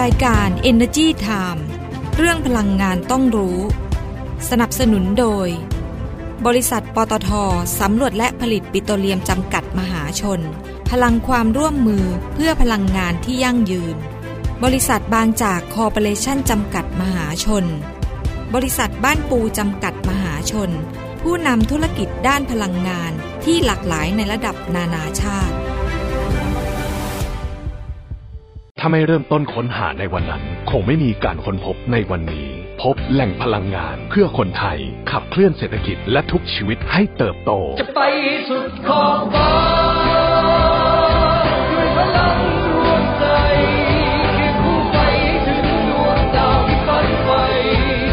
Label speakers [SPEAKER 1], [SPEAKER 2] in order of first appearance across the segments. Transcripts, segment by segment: [SPEAKER 1] รายการ Energy Time เรื่องพลังงานต้องรู้ สนับสนุนโดย บริษัทปตทสำรวจและผลิตปิโตรเลียมจำกัดมหาชน พลังความร่วมมือเพื่อพลังงานที่ยั่งยืน บริษัทบางจากคอร์ปอเรชั่นจำกัดมหาชน บริษัทบ้านปูจำกัดมหาชน ผู้นำธุรกิจด้านพลังงานที่หลากหลายในระดับนานาชาติ
[SPEAKER 2] ถ้าไม่เริ่มต้นค้นหาในวันนั้น คงไม่มีการค้นพบในวันนี้ พบแหล่งพลังงานเพื่อคนไทย ขับเคลื่อนเศรษฐกิจและทุกชีวิตให้เติบโต
[SPEAKER 3] จะไปสุดขอบฟ้าด้วยพลังรวมใจเคียงคู่ไปถึงดวงดาวที่ฝันไฟ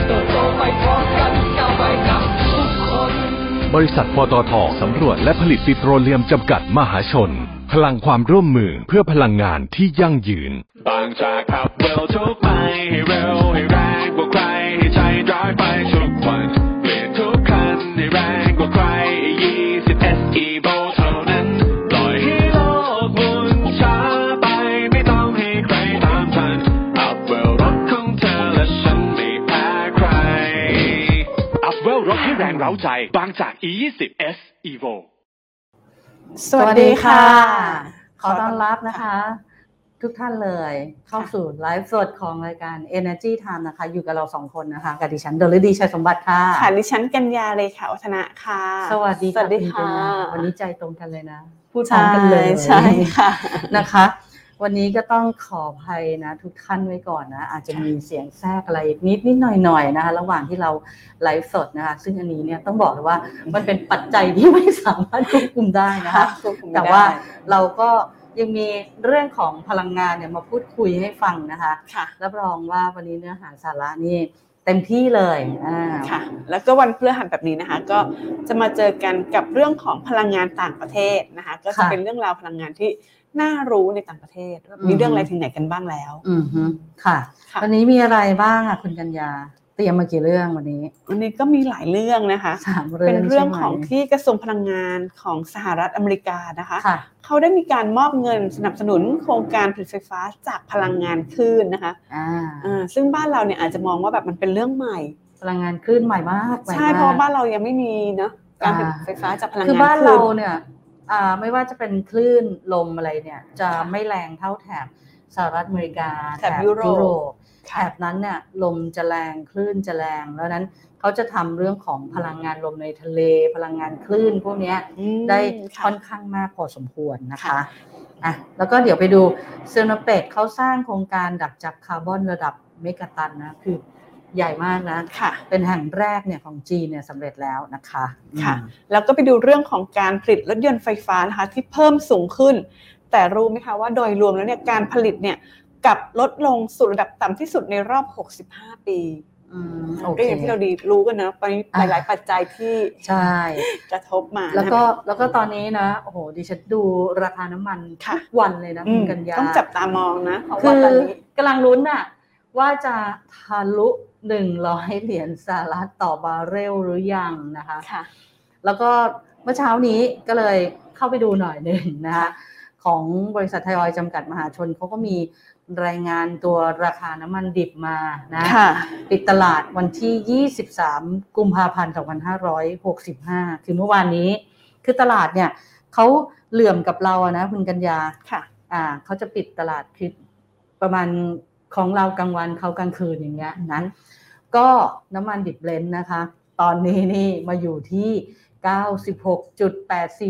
[SPEAKER 3] เติบโตไปพร้อมกันก้าวไปกับทุกคน
[SPEAKER 2] บริษัทปตทสำรวจและผลิตปิโตรเลียมจำกัดมหาชน พลังความร่วมมือเพื่อพลังงานที่ยั่งยืน
[SPEAKER 4] บางจากขับเวลทุกไปให้เร็วให้แรงกว่าใครให้ใช้ดรายไปทุกวันเปลี่ยนทุกคันให้แรงกว่าใคร20 SE v o เท่านั้นปล่อยให้โลกหมุนช้าไปไม่ต้องให้ใครตามทันอัพเวลรถของเธอและฉันไม่แพ้ใคร อัพเวลรถให้แรงเร้าใจ บางจาก E20 S Evo
[SPEAKER 5] สวัสดีค่ะ ขอต้อนรับนะคะ ทุกท่านเลยเข้าสู่ไลฟ์สดของรายการ Energy Time นะคะ อยู่กับเราสองคนนะคะกับดิฉันดลฤดีชัยสมบัติค่ะ
[SPEAKER 6] ค่ะดิฉันกัญญาเลยค่ะวัฒนะค่ะ
[SPEAKER 5] สวัสดี
[SPEAKER 6] สวัสดี
[SPEAKER 5] ณ
[SPEAKER 6] ค่ะ
[SPEAKER 5] เจนนวันนี้ใจตรงกันเลยนะ พูดพร้
[SPEAKER 6] ใช่
[SPEAKER 5] อมกันเลย
[SPEAKER 6] ใช่ค่ะ
[SPEAKER 5] นะคะ วันนี้ก็ต้องขออภัยนะ ทุกท่านไว้ก่อนนะ อาจจะมีเสียงแทรกอะไรนิดนิดหน่อยหน่อยๆนะคะ ระหว่างที่เราไลฟ์สดนะคะ ซึ่งอันนี้เนี่ยต้องบอกเลยว่ามันเป็นปัจจัยที่ไม่สามารถควบคุมได้นะคะ แต่ว่าเราก็ยังมีเรื่องของพลังงานเนี่ยมาพูดคุยให้ฟังนะคะ
[SPEAKER 6] ค่ะ
[SPEAKER 5] รับรองว่าวันนี้เนื้อหาสาระนี่เต็มที่เลยอ่า
[SPEAKER 6] ค่ะ แล้วก็วันพฤหัสแบบนี้นะคะ ก็จะมาเจอกันกับเรื่องของพลังงานต่างประเทศนะคะ ก็จะเป็นเรื่องราวพลังงานที่น่ารู้ในต่างประเทศ มีเรื่องอะไรถึงไหนกันบ้างแล้ว
[SPEAKER 5] อือฮึค่ะ
[SPEAKER 6] ค่ะ
[SPEAKER 5] วันนี้มีอะไรบ้างอ่ะคุณกัญญา เตรียมมากี่เรื่องวันนี้
[SPEAKER 6] วันนี้ก็มีหลายเรื่องนะคะ
[SPEAKER 5] สามเรื่อง
[SPEAKER 6] เป็นเรื่องของ
[SPEAKER 5] ใช่ไหม
[SPEAKER 6] ที่กระทรวงพลังงานของสหรัฐอเมริกานะคะ
[SPEAKER 5] ค่ะ
[SPEAKER 6] เขาได้มีการมอบเงินสนับสนุนโครงการผลิตไฟฟ้าจากพลังงานคลื่นนะคะ
[SPEAKER 5] อ่า
[SPEAKER 6] อ่าซึ่งบ้านเราเนี่ยอาจจะมองว่าแบบมันเป็นเรื่องใหม่
[SPEAKER 5] พลังงานคลื่นใหม่มาก
[SPEAKER 6] ใช่
[SPEAKER 5] ใหม่มก
[SPEAKER 6] เพราะว่าบ้านเรายังไม่มีเนาะการผลิต
[SPEAKER 5] อ่า
[SPEAKER 6] ไฟฟ้าจากพลังงาน
[SPEAKER 5] คือบ้านเรา
[SPEAKER 6] ขึ้
[SPEAKER 5] เนี่ยอ่าไม่ว่าจะเป็นคลื่นลมอะไรเนี่ย จะไม่แรงเท่าแถบสหรัฐอเมริกา
[SPEAKER 6] แถบยุโรป
[SPEAKER 5] ปแถบนั้นเนี่ยลมจะแรงคลื่นจะแรงแล้วนั้นเขาจะทำเรื่องของพลังงานลมในทะเล พลังงานคลื่นพวกเนี้ย
[SPEAKER 6] อืม
[SPEAKER 5] ได้
[SPEAKER 6] ค่ะ
[SPEAKER 5] ค่อนข้างมากพอสมควรนะคะ
[SPEAKER 6] ค่ะ
[SPEAKER 5] อ่ะแล้วก็เดี๋ยวไปดูเซนเปตเขาสร้างโครงการดักจับคาร์บอนระดับเมกะตันนะคือใหญ่มากนะ
[SPEAKER 6] ค่ะ
[SPEAKER 5] เป็นแห่งแรกเนี่ยของจีนเนี่ยสำเร็จแล้วนะคะ
[SPEAKER 6] ค่ะ
[SPEAKER 5] อืม
[SPEAKER 6] แล้วก็ไปดูเรื่องของการผลิตรถยนต์ไฟฟ้านะคะที่เพิ่มสูงขึ้น แต่รู้ไหมคะว่าโดยรวมแล้วเนี่ยการผลิตเนี่ยกลับลดลงสู่ระดับต่ำที่สุดในรอบ 65 ปี
[SPEAKER 5] อืมโอ
[SPEAKER 6] ก็
[SPEAKER 5] เค
[SPEAKER 6] อย่างที่เราดีรู้กันนะไป
[SPEAKER 5] อ่า
[SPEAKER 6] หลายๆปัจจัยที่
[SPEAKER 5] ใช่
[SPEAKER 6] กระทบมา
[SPEAKER 5] แล้วก็
[SPEAKER 6] นะคะ
[SPEAKER 5] แล้วก็ตอนนี้นะโอ้โหดิฉันดูราคาน้ำมัน
[SPEAKER 6] ค่ะ
[SPEAKER 5] ทุกวันเลยนะ
[SPEAKER 6] อื
[SPEAKER 5] คุณ
[SPEAKER 6] ม
[SPEAKER 5] กันยา
[SPEAKER 6] ต้องจับตามองนะเพราะ
[SPEAKER 5] คื
[SPEAKER 6] ว่า
[SPEAKER 5] อ
[SPEAKER 6] ตอนนี้
[SPEAKER 5] กำลังลุ้นอะว่าจะทะลุหนึ่งร้อยเหรียญสหรัฐต่อบาร์เรลหรือยังนะคะ
[SPEAKER 6] ค่ะ
[SPEAKER 5] แล้วก็เมื่อเช้านี้ก็เลยเข้าไปดูหน่อยหนึ่งนะคะของบริษัทไทยออยล์จำกัดมหาชนเขาก็มีรายงานตัวราคาน้ำมันดิบมานะ
[SPEAKER 6] ค่ะ
[SPEAKER 5] ปิดตลาดวันที่ 23 กุมภาพันธ์ 2565 คือเมื่อวานนี้ คือตลาดเนี่ยเขาเหลื่อมกับเราอะนะคุณกัญญา
[SPEAKER 6] ค่ะ
[SPEAKER 5] อ่าเขาจะปิดตลาดคือประมาณของเรากลางวันเขากลางคืนอย่างเงี้ยนั้น ก็น้ำมันดิบเบลนด์นะคะ ตอนนี้นี่มาอยู่ที่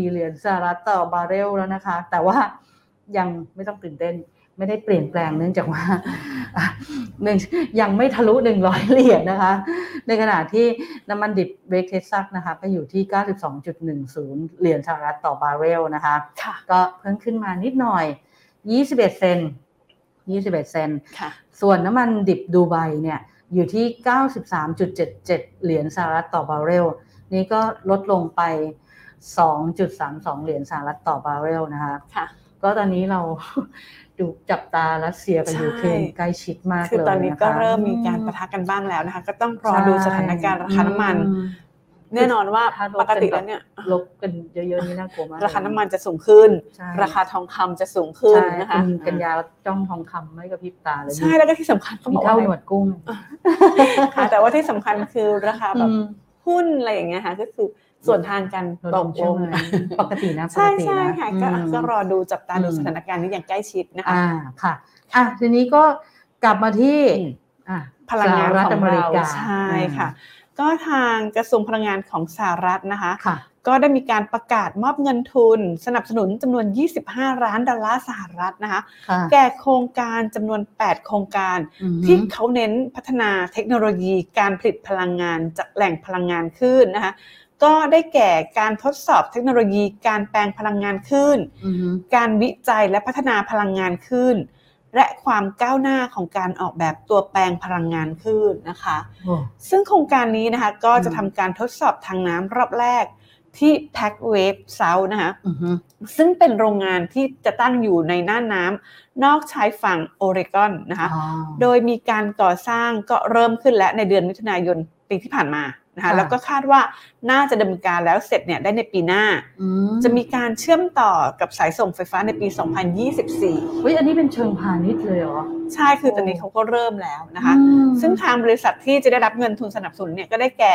[SPEAKER 5] 96.84 เหรียญสหรัฐต่อบาร์เรลแล้วนะคะ แต่ว่ายังไม่ต้องตื่นเต้นไม่ได้เปลี่ยนแปลงเนื่องจากว่า หนึ่งยังไม่ทะลุ 100 เหรียญนะคะ ในขณะที่น้ำมันดิบเบรกเทสซักนะคะก็อยู่ที่ 92.10 เหรียญสหรัฐต่อบาร์เรลนะคะ
[SPEAKER 6] ค่ะ
[SPEAKER 5] ก็เพิ่มขึ้นมานิดหน่อย 21 เซนต์21 เซนต์
[SPEAKER 6] ค่ะ
[SPEAKER 5] ส่วนน้ำมันดิบดูไบเนี่ยอยู่ที่ 93.77 เหรียญสหรัฐต่อบาร์เรล นี่ก็ลดลงไป 2.32 เหรียญสหรัฐต่อบาร์เรลนะคะ
[SPEAKER 6] ค่ะ
[SPEAKER 5] ก็ตอนนี้เรา ดูจับตารัสเซียกับ
[SPEAKER 6] ใช่
[SPEAKER 5] ยูเครนใกล้ชิดมากเลย
[SPEAKER 6] คือตอนนี้
[SPEAKER 5] ะคะ
[SPEAKER 6] ก็เริ่มมีการประทะกันบ้างแล้วนะคะ ก็ต้องรอดูสถานการณ์ราคาน้ำมัน
[SPEAKER 5] อื
[SPEAKER 6] แน่นอนว่า
[SPEAKER 5] ถ้าล
[SPEAKER 6] ป
[SPEAKER 5] บ
[SPEAKER 6] ก
[SPEAKER 5] น
[SPEAKER 6] ติ
[SPEAKER 5] แบบ
[SPEAKER 6] แล้วเนี่ย
[SPEAKER 5] ลบกันเยอะๆนี่น่ากลัวมาก
[SPEAKER 6] ราคาน้ำมันจะสูงขึ้น
[SPEAKER 5] ใช่
[SPEAKER 6] ราคาทองคำจะสูงขึ้น
[SPEAKER 5] ใช่
[SPEAKER 6] นะ
[SPEAKER 5] คุ
[SPEAKER 6] คะ
[SPEAKER 5] ณกัญญาจ้องทองคำไม่กระพริบตาเลย
[SPEAKER 6] ใช่แล้วก็ที่สำคัญเขา
[SPEAKER 5] มี
[SPEAKER 6] บอก
[SPEAKER 5] เท่า
[SPEAKER 6] ว่า
[SPEAKER 5] หนวดกุ้ง
[SPEAKER 6] ค่ะแต่ว่าที่สำคัญคือราคาแบบ
[SPEAKER 5] อืม
[SPEAKER 6] หุ้นอะไรอย่างเงี้ยค่ะก็คือส่วนทางกัน
[SPEAKER 5] ลด
[SPEAKER 6] ต
[SPEAKER 5] ล
[SPEAKER 6] กล
[SPEAKER 5] งใช่
[SPEAKER 6] ง
[SPEAKER 5] ไหมปกตินะป
[SPEAKER 6] ใช่
[SPEAKER 5] กติ
[SPEAKER 6] ใช่
[SPEAKER 5] นะ
[SPEAKER 6] ค่ะก็
[SPEAKER 5] อืม
[SPEAKER 6] ก็รอดูจับตาดู
[SPEAKER 5] อืม
[SPEAKER 6] สถานการณ์นี้อย่างใกล้ชิดนะคะ
[SPEAKER 5] อ่าค่ะอ่ะทีนี้ก็กลับมาที่
[SPEAKER 6] อืม
[SPEAKER 5] อ่ะ
[SPEAKER 6] พลังงาน
[SPEAKER 5] สหรัฐ
[SPEAKER 6] ขอ
[SPEAKER 5] อง เมริ
[SPEAKER 6] เรา
[SPEAKER 5] กา
[SPEAKER 6] ใช่ค่ะ ก็ทางกระทรวงพลังงานของสหรัฐนะคะ
[SPEAKER 5] ค่ะ
[SPEAKER 6] ก็ได้มีการประกาศมอบเงินทุน สนับสนุนจำนวน 25 ล้านดอลลาร์สหรัฐนะคะ
[SPEAKER 5] ค่ะ
[SPEAKER 6] แก่โครงการจำนวน 8 โครงการ
[SPEAKER 5] อืม
[SPEAKER 6] ที่เขาเน้นพัฒนาเทคโนโลยีการผลิตพลังงานจากแหล่งพลังงานคลื่นนะคะ ก็ได้แก่การทดสอบเทคโนโลยีการแปลงพลังงานคลื่น
[SPEAKER 5] อือฮึ
[SPEAKER 6] การวิจัยและพัฒนาพลังงานคลื่น และความก้าวหน้าของการออกแบบตัวแปลงพลังงานคลื่นนะคะ
[SPEAKER 5] โอ้
[SPEAKER 6] ซึ่งโครงการนี้นะคะก็จะ
[SPEAKER 5] อืม
[SPEAKER 6] ทำการทดสอบทางน้ำรอบแรกที่ Pack Wave South นะคะ
[SPEAKER 5] อือฮึ
[SPEAKER 6] ซึ่งเป็นโรงงานที่จะตั้งอยู่ในน่านน้ำนอกชายฝั่งโอเรกอนนะคะ
[SPEAKER 5] อ๋อ
[SPEAKER 6] โดยมีการก่อสร้างก็เริ่มขึ้นแล้วในเดือนมิถุนายนปีที่ผ่านมานะคะ
[SPEAKER 5] ค่ะ
[SPEAKER 6] แล้วก็คาดว่าน่าจะดำเนินการแล้วเสร็จเนี่ยได้ในปีหน้า
[SPEAKER 5] อื
[SPEAKER 6] จะมีการเชื่อมต่อกับสายส่งไฟฟ้าในปี 2024
[SPEAKER 5] เฮ้ยอันนี้เป็นเชิงพาณิชย์เลยเหรอ
[SPEAKER 6] ใช่คือตอนนี้เขาก็เริ่มแล้วนะคะ
[SPEAKER 5] อืม
[SPEAKER 6] ซึ่งทางบริษัทที่จะได้รับเงินทุนสนับสนุนเนี่ยก็ได้แก่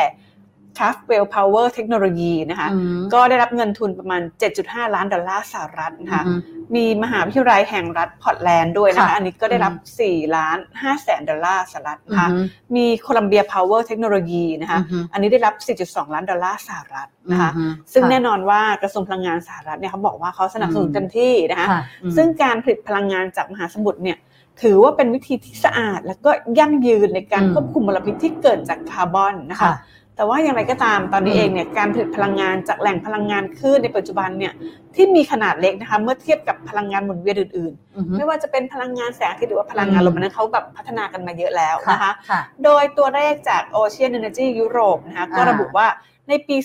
[SPEAKER 6] c a f w e l l Power Technology นะคะ
[SPEAKER 5] อืม
[SPEAKER 6] ก็ได้รับเงินทุนประมาณ 7.5 ล้านดอลลาร์สหรัฐนะคะ
[SPEAKER 5] อืม
[SPEAKER 6] มีมหาวิทยาลัยแห่งรัฐพอร์ตแลนด์ด้วยนะคะ
[SPEAKER 5] ค่ะ
[SPEAKER 6] อันนี้ก็ได้รับ 4 ล้าน5แสนดอลลาร์สหรัฐนะคะ
[SPEAKER 5] อือฮึ
[SPEAKER 6] มีโคลัมเบียพาวเวอร์เทคโนโลยีนะคะ
[SPEAKER 5] อือฮึ
[SPEAKER 6] อันนี้ได้รับ 4.2 ล้านดอลลาร์สหรัฐนะคะ
[SPEAKER 5] อือฮึ
[SPEAKER 6] ซึ่งแน่นอนว่ากระทรวงพลังงานสหรัฐเนี่ยเขาบอกว่าเขาสนับสนุนเต็มที่นะคะ
[SPEAKER 5] ค่ะอืม
[SPEAKER 6] ซึ่งการผลิตพลังงานจากมหาสมุทรเนี่ยถือว่าเป็นวิธีที่สะอาด และก็ยั่งยืนในการ
[SPEAKER 5] อืม
[SPEAKER 6] ควบคุมมลพิษที่เกิดจากคาร์บอนนะคะ
[SPEAKER 5] ค่ะ
[SPEAKER 6] แต่ว่าอย่างไรก็ตามตอนนี้
[SPEAKER 5] อืม
[SPEAKER 6] เองเนี่ยการผลิตพลังงานจากแหล่งพลังงานคลื่นในปัจจุบันเนี่ยที่มีขนาดเล็กนะคะเมื่อเทียบกับพลังงานหมุนเวียนอื่น
[SPEAKER 5] อือฮึ
[SPEAKER 6] ๆ ไม่ว่าจะเป็นพลังงานแสงอาทิตย์หรือว่าพลังงาน
[SPEAKER 5] อืม
[SPEAKER 6] ลมอันนั้นเขาแบบพัฒนากันมาเยอะแล้วนะคะ
[SPEAKER 5] ค่ะ
[SPEAKER 6] โดยตัวเลขจาก Ocean Energy ยุโรปนะคะก็
[SPEAKER 5] อ่า
[SPEAKER 6] ระบุว่าในปี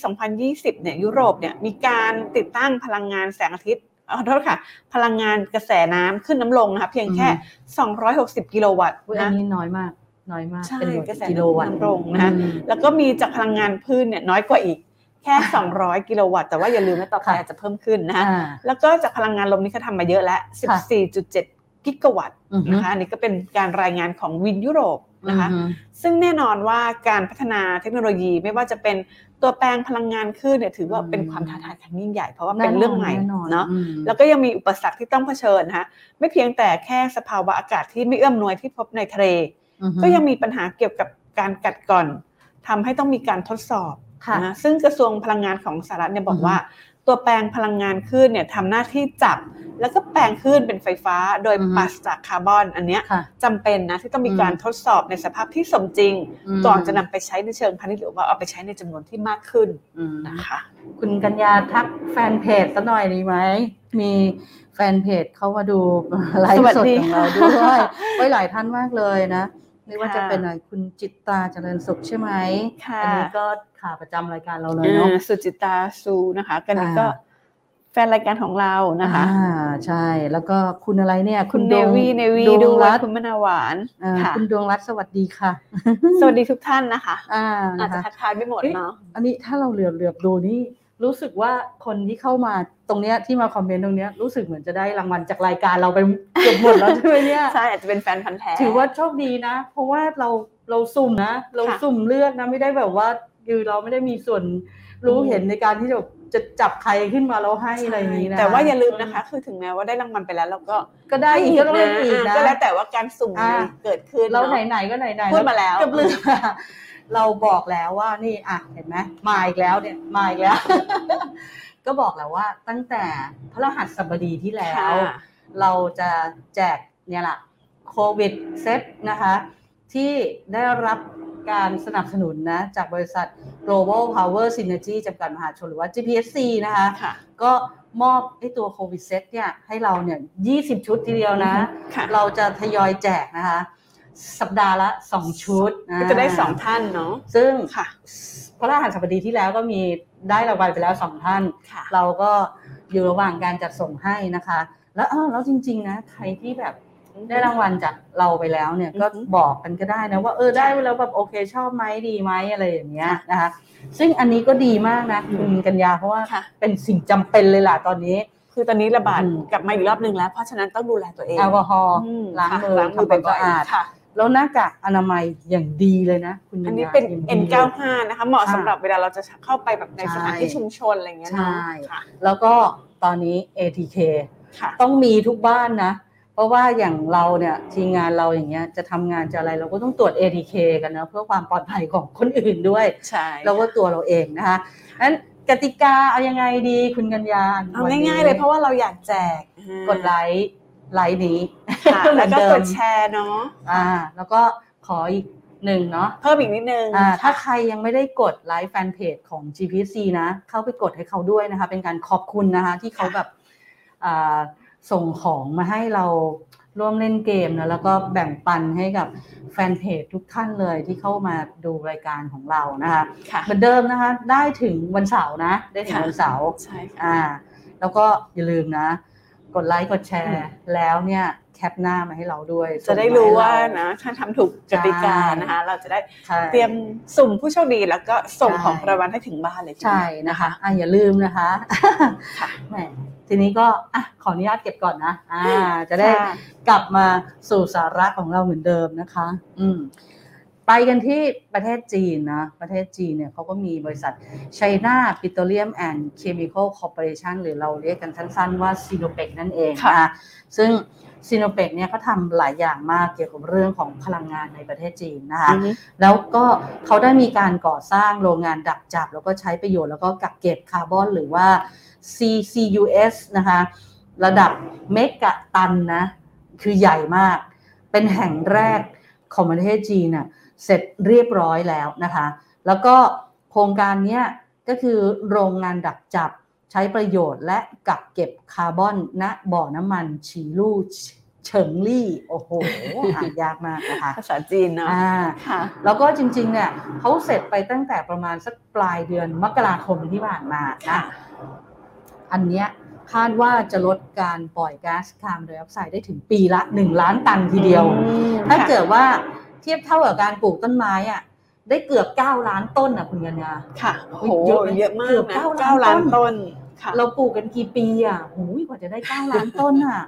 [SPEAKER 6] 2020 เนี่ยยุโรปเนี่ยมีการติดตั้งพลังงานแสงอาทิตย์เอ่อขอโทษค่ะ พลังงานกระแสน้ำขึ้นน้ำลงนะคะเพียงแค่ 260 กิโลวัตต์
[SPEAKER 5] อุ๊ยอั
[SPEAKER 6] นะ
[SPEAKER 5] นนี้น้อยมาก น้อยมาก
[SPEAKER 6] ใช่
[SPEAKER 5] เป็นหน่วย
[SPEAKER 6] กระแส
[SPEAKER 5] กิโลวัตต์
[SPEAKER 6] น้ำลงนะคะ
[SPEAKER 5] อืม
[SPEAKER 6] แล้วก็มีจากพลังงานพืชเนี่ยน้อยกว่าอีกแค่ 200 กิโลวัตต์ แต่ว่าอย่าลืมว่าต่อไป
[SPEAKER 5] ค่ะ
[SPEAKER 6] อาจจะเพิ่มขึ้นนะคะ
[SPEAKER 5] อ่า
[SPEAKER 6] แล้วก็จากพลังงานลมนี่เขาทำมาเยอะแล้ว
[SPEAKER 5] ค่ะ
[SPEAKER 6] 14.7 กิกะวัตต์
[SPEAKER 5] อือฮึ
[SPEAKER 6] นะคะอันนี้ก็เป็นการรายงานของวินยุโรป
[SPEAKER 5] อือ
[SPEAKER 6] นะคะ
[SPEAKER 5] ฮึ
[SPEAKER 6] ซึ่งแน่นอนว่าการพัฒนาเทคโนโลยีไม่ว่าจะเป็นตัวแปลงพลังงานคลื่นเนี่ยถือว่าเป็นความท้าทายครั้งยิ่งใหญ่เพราะว่าเป็นเรื่องใหม่
[SPEAKER 5] แน่นอน
[SPEAKER 6] เนาะ
[SPEAKER 5] อืม
[SPEAKER 6] แล้วก็ยังมีอุปสรรคที่ต้องเผชิญนะคะไม่เพียงแต่แค่สภาวะอากาศที่ไม่เอื้อมหนวยที่พบในทะเล ก็ยังมีปัญหาเกี่ยวกับการกัดกร่อนทำให้ต้องมีการทดสอบ
[SPEAKER 5] ค่ะ
[SPEAKER 6] นะซึ่งกระทรวงพลังงานของสหรัฐเนี่ยบอก
[SPEAKER 5] อือฮึ
[SPEAKER 6] ว่า ตัวแปลงพลังงานคลื่นเนี่ยทำหน้าที่จับ แล้วก็แปลงคลื่นเป็นไฟฟ้า โดย
[SPEAKER 5] อือฮึ
[SPEAKER 6] ปราศจากคาร์บอน อันเนี้ย
[SPEAKER 5] ค่ะ
[SPEAKER 6] จำเป็นนะที่ต้องมี
[SPEAKER 5] อืม
[SPEAKER 6] การทดสอบในสภาพที่สมจริง
[SPEAKER 5] ม
[SPEAKER 6] ก่อนจะนำไปใช้ในเชิงพาณิชย์หรือว่าเอาไปใช้ในจำนวนที่มากขึ้น
[SPEAKER 5] อืม
[SPEAKER 6] นะคะ
[SPEAKER 5] คุณกัญญาทักแฟนเพจซะหน่อยดีไหม มีแฟนเพจเข้ามาดู ไลฟ์สดของเราด้วยไว้ยหลายท่านมากเลยนะไม่ว่า
[SPEAKER 6] ค่ะ
[SPEAKER 5] จะเป็นอะไรคุณจิตตาเจริญสุขใช่ไหม
[SPEAKER 6] ค่ะ
[SPEAKER 5] อันี้ก็ขาประจำรายการเราเลยเนาะ
[SPEAKER 6] อ่าสุจิตาซูนะคะกันนี้ก็
[SPEAKER 5] อ่า
[SPEAKER 6] แฟนรายการของเรานะคะ
[SPEAKER 5] อ่าใช่ แล้วก็คุณอะไรเนี่ย
[SPEAKER 6] คุ
[SPEAKER 5] คุณ ณ
[SPEAKER 6] เน
[SPEAKER 5] ดวง
[SPEAKER 6] วีเนวี
[SPEAKER 5] ดวง
[SPEAKER 6] ด้วย
[SPEAKER 5] รัตน์
[SPEAKER 6] คุณมะนาหวาน
[SPEAKER 5] เอ่อ
[SPEAKER 6] ค่ะ
[SPEAKER 5] คุณดวงรัตน์สวัสดีค่ะ
[SPEAKER 6] สวัสดีทุกท่านนะคะ
[SPEAKER 5] อ่า
[SPEAKER 6] อาจ
[SPEAKER 5] นะ
[SPEAKER 6] จะ
[SPEAKER 5] คะ
[SPEAKER 6] ทักทายไม่หมดเนาะ
[SPEAKER 5] อันนี้ถ้าเราเหลือบเหลือบดูนี่รู้สึกว่าคนที่เข้ามาตรงเนี้ยที่มาคอมเมนต์ตรงเนี้ยรู้สึกเหมือนจะได้รางวัลจากรายการเราไป เกือบหมดแล้ว ใช่ไหมเนี่ย
[SPEAKER 6] ใช่อาจจะเป็นแฟนพันธ์แท้
[SPEAKER 5] ถือว่าโชคดีนะ เพราะว่าเราเราสุ่มนะ เรา
[SPEAKER 6] ค่ะ
[SPEAKER 5] สุ่มเลือกนะไม่ได้แบบว่าคือเราไม่ได้มีส่วนรู้
[SPEAKER 6] อืม
[SPEAKER 5] เห็นในการที่แบบจะจับใครขึ้นมาเราให้อะไรอย่างนี้นะ
[SPEAKER 6] แต่ว่าอย่าลืมนะคะ คือถึงแม้ว่าได้รางวัลไปแล้วเราก็
[SPEAKER 5] ก็ได้อีกก็ต้องได้อีกนะ
[SPEAKER 6] ก็แล้วแต่ว่าการสุ่ม
[SPEAKER 5] อ่า
[SPEAKER 6] เกิดขึ้น
[SPEAKER 5] เรา
[SPEAKER 6] เนาะ
[SPEAKER 5] ไหนๆก็ไหนๆ
[SPEAKER 6] พูดมาแล้ว
[SPEAKER 5] กับลืม เราบอกแล้วว่านี่อ่ะเห็นไหมมาอีกแล้วเนี่ยมาอีกแล้ว ก็บอกแล้วว่าตั้งแต่พระรหัสบดีที่แล้ว
[SPEAKER 6] ค่ะ
[SPEAKER 5] เราจะแจกเนี่ยแหละโควิดเซตนะคะ ที่ได้รับการสนับสนุนนะ จากบริษัท Global Power Synergy จำกัดมหาชนหรือว่า GPSC นะคะ
[SPEAKER 6] ค่ะ
[SPEAKER 5] ก็มอบไอ้ตัวโควิดเซตเนี่ยให้เราเนี่ย 20 ชุดทีเดียวนะ
[SPEAKER 6] ค่ะ
[SPEAKER 5] เราจะทยอยแจกนะคะ สัปดาห์ละ 2 ชุดน
[SPEAKER 6] ก็จะได้สองท่านเนาะ
[SPEAKER 5] ซึ่ง
[SPEAKER 6] ค่ะ
[SPEAKER 5] พระรหัสบดีที่แล้วก็มีได้รางวัลไปแล้ว 2 ท่าน
[SPEAKER 6] ค่ะ
[SPEAKER 5] เราก็อยู่ระหว่างการจัดส่งให้นะคะ แล้วอ้าวแล้วจริง ๆ นะ ใครที่แบบ ได้รางวัลจากเราไปแล้วเนี่ยก็
[SPEAKER 6] อือฮึ
[SPEAKER 5] บอกกันก็ได้นะว่าเออได้แล้วแบบโอเคชอบไหมดีไหมอะไรอย่างเงี้ยนะคะซึ่งอันนี้ก็ดีมากนะคุณกัญญาเพราะว่า
[SPEAKER 6] ค่ะ
[SPEAKER 5] เป็นสิ่งจำเป็นเลยล่ะตอนนี้
[SPEAKER 6] คือตอนนี้ระบาด
[SPEAKER 5] อืม
[SPEAKER 6] กลับมาอีกรอบหนึ่งแล้ว เพราะฉะนั้นต้องดูแลตัวเอง
[SPEAKER 5] แอลกอฮอล์
[SPEAKER 6] ม
[SPEAKER 5] ล้าง
[SPEAKER 6] ค่ะ
[SPEAKER 5] มือ
[SPEAKER 6] ล้างมือ
[SPEAKER 5] ทำความ
[SPEAKER 6] บ่อย
[SPEAKER 5] สะอาด
[SPEAKER 6] ๆค่ะ
[SPEAKER 5] แล้วหน้ากากอนามัยอย่างดีเลยนะ คุณกัญญา
[SPEAKER 6] อันนี้เป็น
[SPEAKER 5] อย่างดีเลย
[SPEAKER 6] N95 นะคะเหมาะ
[SPEAKER 5] ค่ะ
[SPEAKER 6] สำหรับเวลาเราจะเข้าไปแบบในสถานที่
[SPEAKER 5] ใช่
[SPEAKER 6] ชุมชนอะไรอย่างเงี้ยเนอะ
[SPEAKER 5] ใช่
[SPEAKER 6] ค่ะ
[SPEAKER 5] แล้วก็ตอนนี้ ATK
[SPEAKER 6] ค่ะ
[SPEAKER 5] ต้องมีทุกบ้านนะ เพราะว่าอย่างเราเนี่ยทีมงานเราอย่างเงี้ยจะทำงานจะอะไรเราก็ต้องตรวจ ATK กันนะเพื่อความปลอดภัยของคนอื่นด้วย
[SPEAKER 6] ใช่
[SPEAKER 5] แล้วก็ตัวเราเองนะคะนั้นกติกาเอายังไงดีคุณกัญญา
[SPEAKER 6] เอา
[SPEAKER 5] วันนี้
[SPEAKER 6] ง่ายๆเลยเพราะว่าเราอยากแจก
[SPEAKER 5] กดไลค์ไลค์นี้
[SPEAKER 6] ค่ะ
[SPEAKER 5] เหมื
[SPEAKER 6] แล้
[SPEAKER 5] อ
[SPEAKER 6] วน ก็
[SPEAKER 5] เดิ
[SPEAKER 6] ก
[SPEAKER 5] ม
[SPEAKER 6] ดแชร์เนาะ
[SPEAKER 5] อ่า แล้วก็ขออีกหนึ่งเนาะ
[SPEAKER 6] เพิ่มอีกนิดนึง
[SPEAKER 5] อ่าถ้า
[SPEAKER 6] ค่ะ
[SPEAKER 5] ใครยังไม่ได้กดไลค์แฟนเพจของ GPC นะ เข้าไปกดให้เขาด้วยนะคะ เป็นการขอบคุณนะคะ ที่เขาแบบอ่าส่งของมาให้เราร่วมเล่นเกมนะแล้วก็แบ่งปันให้กับแฟนเพจทุกท่านเลยที่เข้ามาดูรายการของเรานะคะ
[SPEAKER 6] ค่ะ
[SPEAKER 5] เหมือนเดิมนะคะ ได้ถึงวันเสาร์นะ ได้ถึง
[SPEAKER 6] ค่ะ
[SPEAKER 5] วันเสาร์
[SPEAKER 6] ใช่ค่ะ
[SPEAKER 5] อ่า แล้วก็อย่าลืมนะ กดไลค์ กดแช
[SPEAKER 6] อื
[SPEAKER 5] ร์
[SPEAKER 6] ม
[SPEAKER 5] แล้วเนี่ยแคปหน้ามาให้เราด้วย
[SPEAKER 6] จะได้รู้ว่านะถ้าทำถูกกติกานะคะ เราจะได้เต
[SPEAKER 5] เตรี
[SPEAKER 6] รี
[SPEAKER 5] ย
[SPEAKER 6] ย
[SPEAKER 5] ม
[SPEAKER 6] มสุ่มผู้โชคดีแล้วก็ส่ง
[SPEAKER 5] ใช่
[SPEAKER 6] ของรางวัลให้ถึงบ้านเลยทีเดียว
[SPEAKER 5] ใช่นะคะ อ่าอย่าลืมนะคะ
[SPEAKER 6] ค่ะ
[SPEAKER 5] แหมทีนี้ก็อ่ะขออนุญาตเก็บก่อนนะ อ่า จะได้
[SPEAKER 6] ค่ะ
[SPEAKER 5] กลับมาสู่สาระของเราเหมือนเดิมนะคะ อืม ไปกันที่ประเทศจีนนะ ประเทศจีนเนี่ยเขาก็มีบริษัท China Petroleum and Chemical Corporation หรือเราเรียกกันสั้นๆว่า Sinopec นั่นเองนะ
[SPEAKER 6] ค่ะ
[SPEAKER 5] คะซึ่ง Sinopec เนี่ยก็ทำหลายอย่างมากเกี่ยวกับเรื่องของพลังงานในประเทศจีนนะคะ
[SPEAKER 6] อือฮึ
[SPEAKER 5] แล้วก็เขาได้มีการก่อสร้างโรงงานดักจับ แล้วก็ใช้ประโยชน์แล้วก็กักเก็บคาร์บอนหรือว่า CCUS นะคะ ระดับเมกะตันนะ คือใหญ่มาก เป็นแห่งแรกของประเทศจีนน่ะเสร็จเรียบร้อยแล้วนะคะ แล้วก็โครงการเนี้ยก็คือโรงงานดักจับใช้ประโยชน์และกักเก็บคาร์บอนณบ่อน้ำมันชีลู่เฉิงลี่ โอ้โหอ่านยากมากนะคะ
[SPEAKER 6] ภาษาจีนเนาะ
[SPEAKER 5] อ่า
[SPEAKER 6] ค่ะ
[SPEAKER 5] แล้วก็จริงๆ เนี่ยเขาเสร็จไปตั้งแต่ประมาณสักปลายเดือนมกราคมที่ผ่านมานะ
[SPEAKER 6] ค่ะ
[SPEAKER 5] อันเนี้ยคาดว่าจะลดการปล่อยก๊าซคาร์บอนไดออกไซด์ได้ถึงปีละ 1 ล้านตันทีเดียว
[SPEAKER 6] อืม
[SPEAKER 5] ถ้าเกิ
[SPEAKER 6] ค่ะ
[SPEAKER 5] ดว่าเทียบเท่ากับการปลูกต้นไม้อะได้เกือบ 9 ล้านต้นอ่ะคุณกัญญา
[SPEAKER 6] ค่ะโอ้โห
[SPEAKER 5] เยอะไหม
[SPEAKER 6] เยอะมาก
[SPEAKER 5] เกือบ
[SPEAKER 6] นะ
[SPEAKER 5] เก้า
[SPEAKER 6] เก้า
[SPEAKER 5] ล้า
[SPEAKER 6] ล้าน น
[SPEAKER 5] ต้
[SPEAKER 6] ต้
[SPEAKER 5] น
[SPEAKER 6] นค่ะ
[SPEAKER 5] เราปลูกกันกี่ปีอ่ะหูยกว่าจะได้ 9 ล้านต้นอ่ะ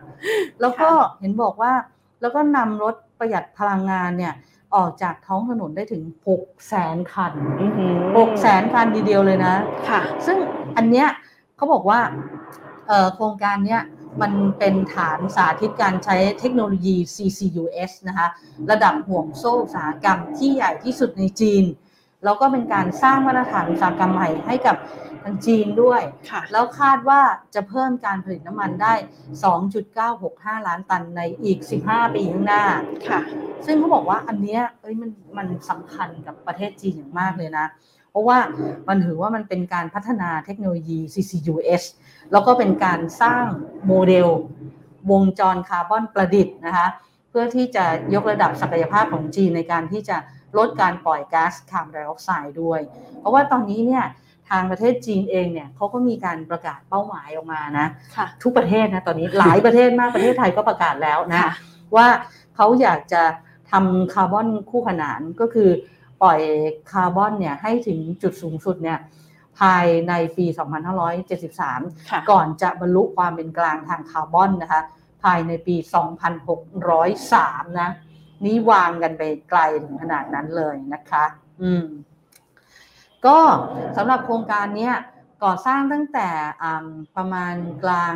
[SPEAKER 5] แล้วก็เห็นบอกว่า แล้วก็นำรถประหยัดพลังงานเนี่ย ออกจากท้องถนนได้ถึง6แสนคัน
[SPEAKER 6] อื้อหือ
[SPEAKER 5] หกแสนคันทีเดียวเลยนะ
[SPEAKER 6] ค่ะ
[SPEAKER 5] ซึ่งอันเนี้ยเขาบอกว่าเอ่อโครงการเนี้ยมันเป็นฐานสาธิตการใช้เทคโนโลยี CCUS นะคะ ระดับห่วงโซ่อุตสาหกรรมที่ใหญ่ที่สุดในจีน แล้วก็เป็นการสร้างมาตรฐานอุตสาหกรรมใหม่ให้กับทางจีนด้วย
[SPEAKER 6] ค่ะ
[SPEAKER 5] แล้วคาดว่าจะเพิ่มการผลิตน้ำมันได้ 2.965 ล้านตันในอีก 15 ปีข้างหน้า
[SPEAKER 6] ค่ะ
[SPEAKER 5] ซึ่งเขาบอกว่าอันเนี้ยเอ้ยมันมันสำคัญกับประเทศจีนอย่างมากเลยนะ เพราะว่ามันถือว่ามันเป็นการพัฒนาเทคโนโลยี CCUS แล้วก็เป็นการสร้างโมเดลวงจรคาร์บอนประดิษฐ์นะคะ เพื่อที่จะยกระดับศักยภาพของจีนในการที่จะลดการปล่อยก๊าซคาร์บอนไดออกไซด์ด้วย เพราะว่าตอนนี้เนี่ยทางประเทศจีนเองเนี่ยเขาก็มีการประกาศเป้าหมายออกมานะ
[SPEAKER 6] ค่ะ
[SPEAKER 5] ทุกประเทศนะตอนนี้หลายประเทศมากประเทศไทยก็ประกาศแล้วนะ
[SPEAKER 6] ค่ะ
[SPEAKER 5] ว่าเขาอยากจะทำคาร์บอนคู่ขนานก็คือปล่อยคาร์บอนเนี่ยให้ถึงจุดสูงสุดเนี่ยภายในปี 2573
[SPEAKER 6] ค่ะ
[SPEAKER 5] ก่อนจะบรรลุความเป็นกลางทางคาร์บอนนะคะ ภายในปี 2603 นะ นี่วางกันไปไกลถึงขนาดนั้นเลยนะคะ อืม ก็สำหรับโครงการเนี้ยก่อสร้างตั้งแต่อ่าประมาณกลาง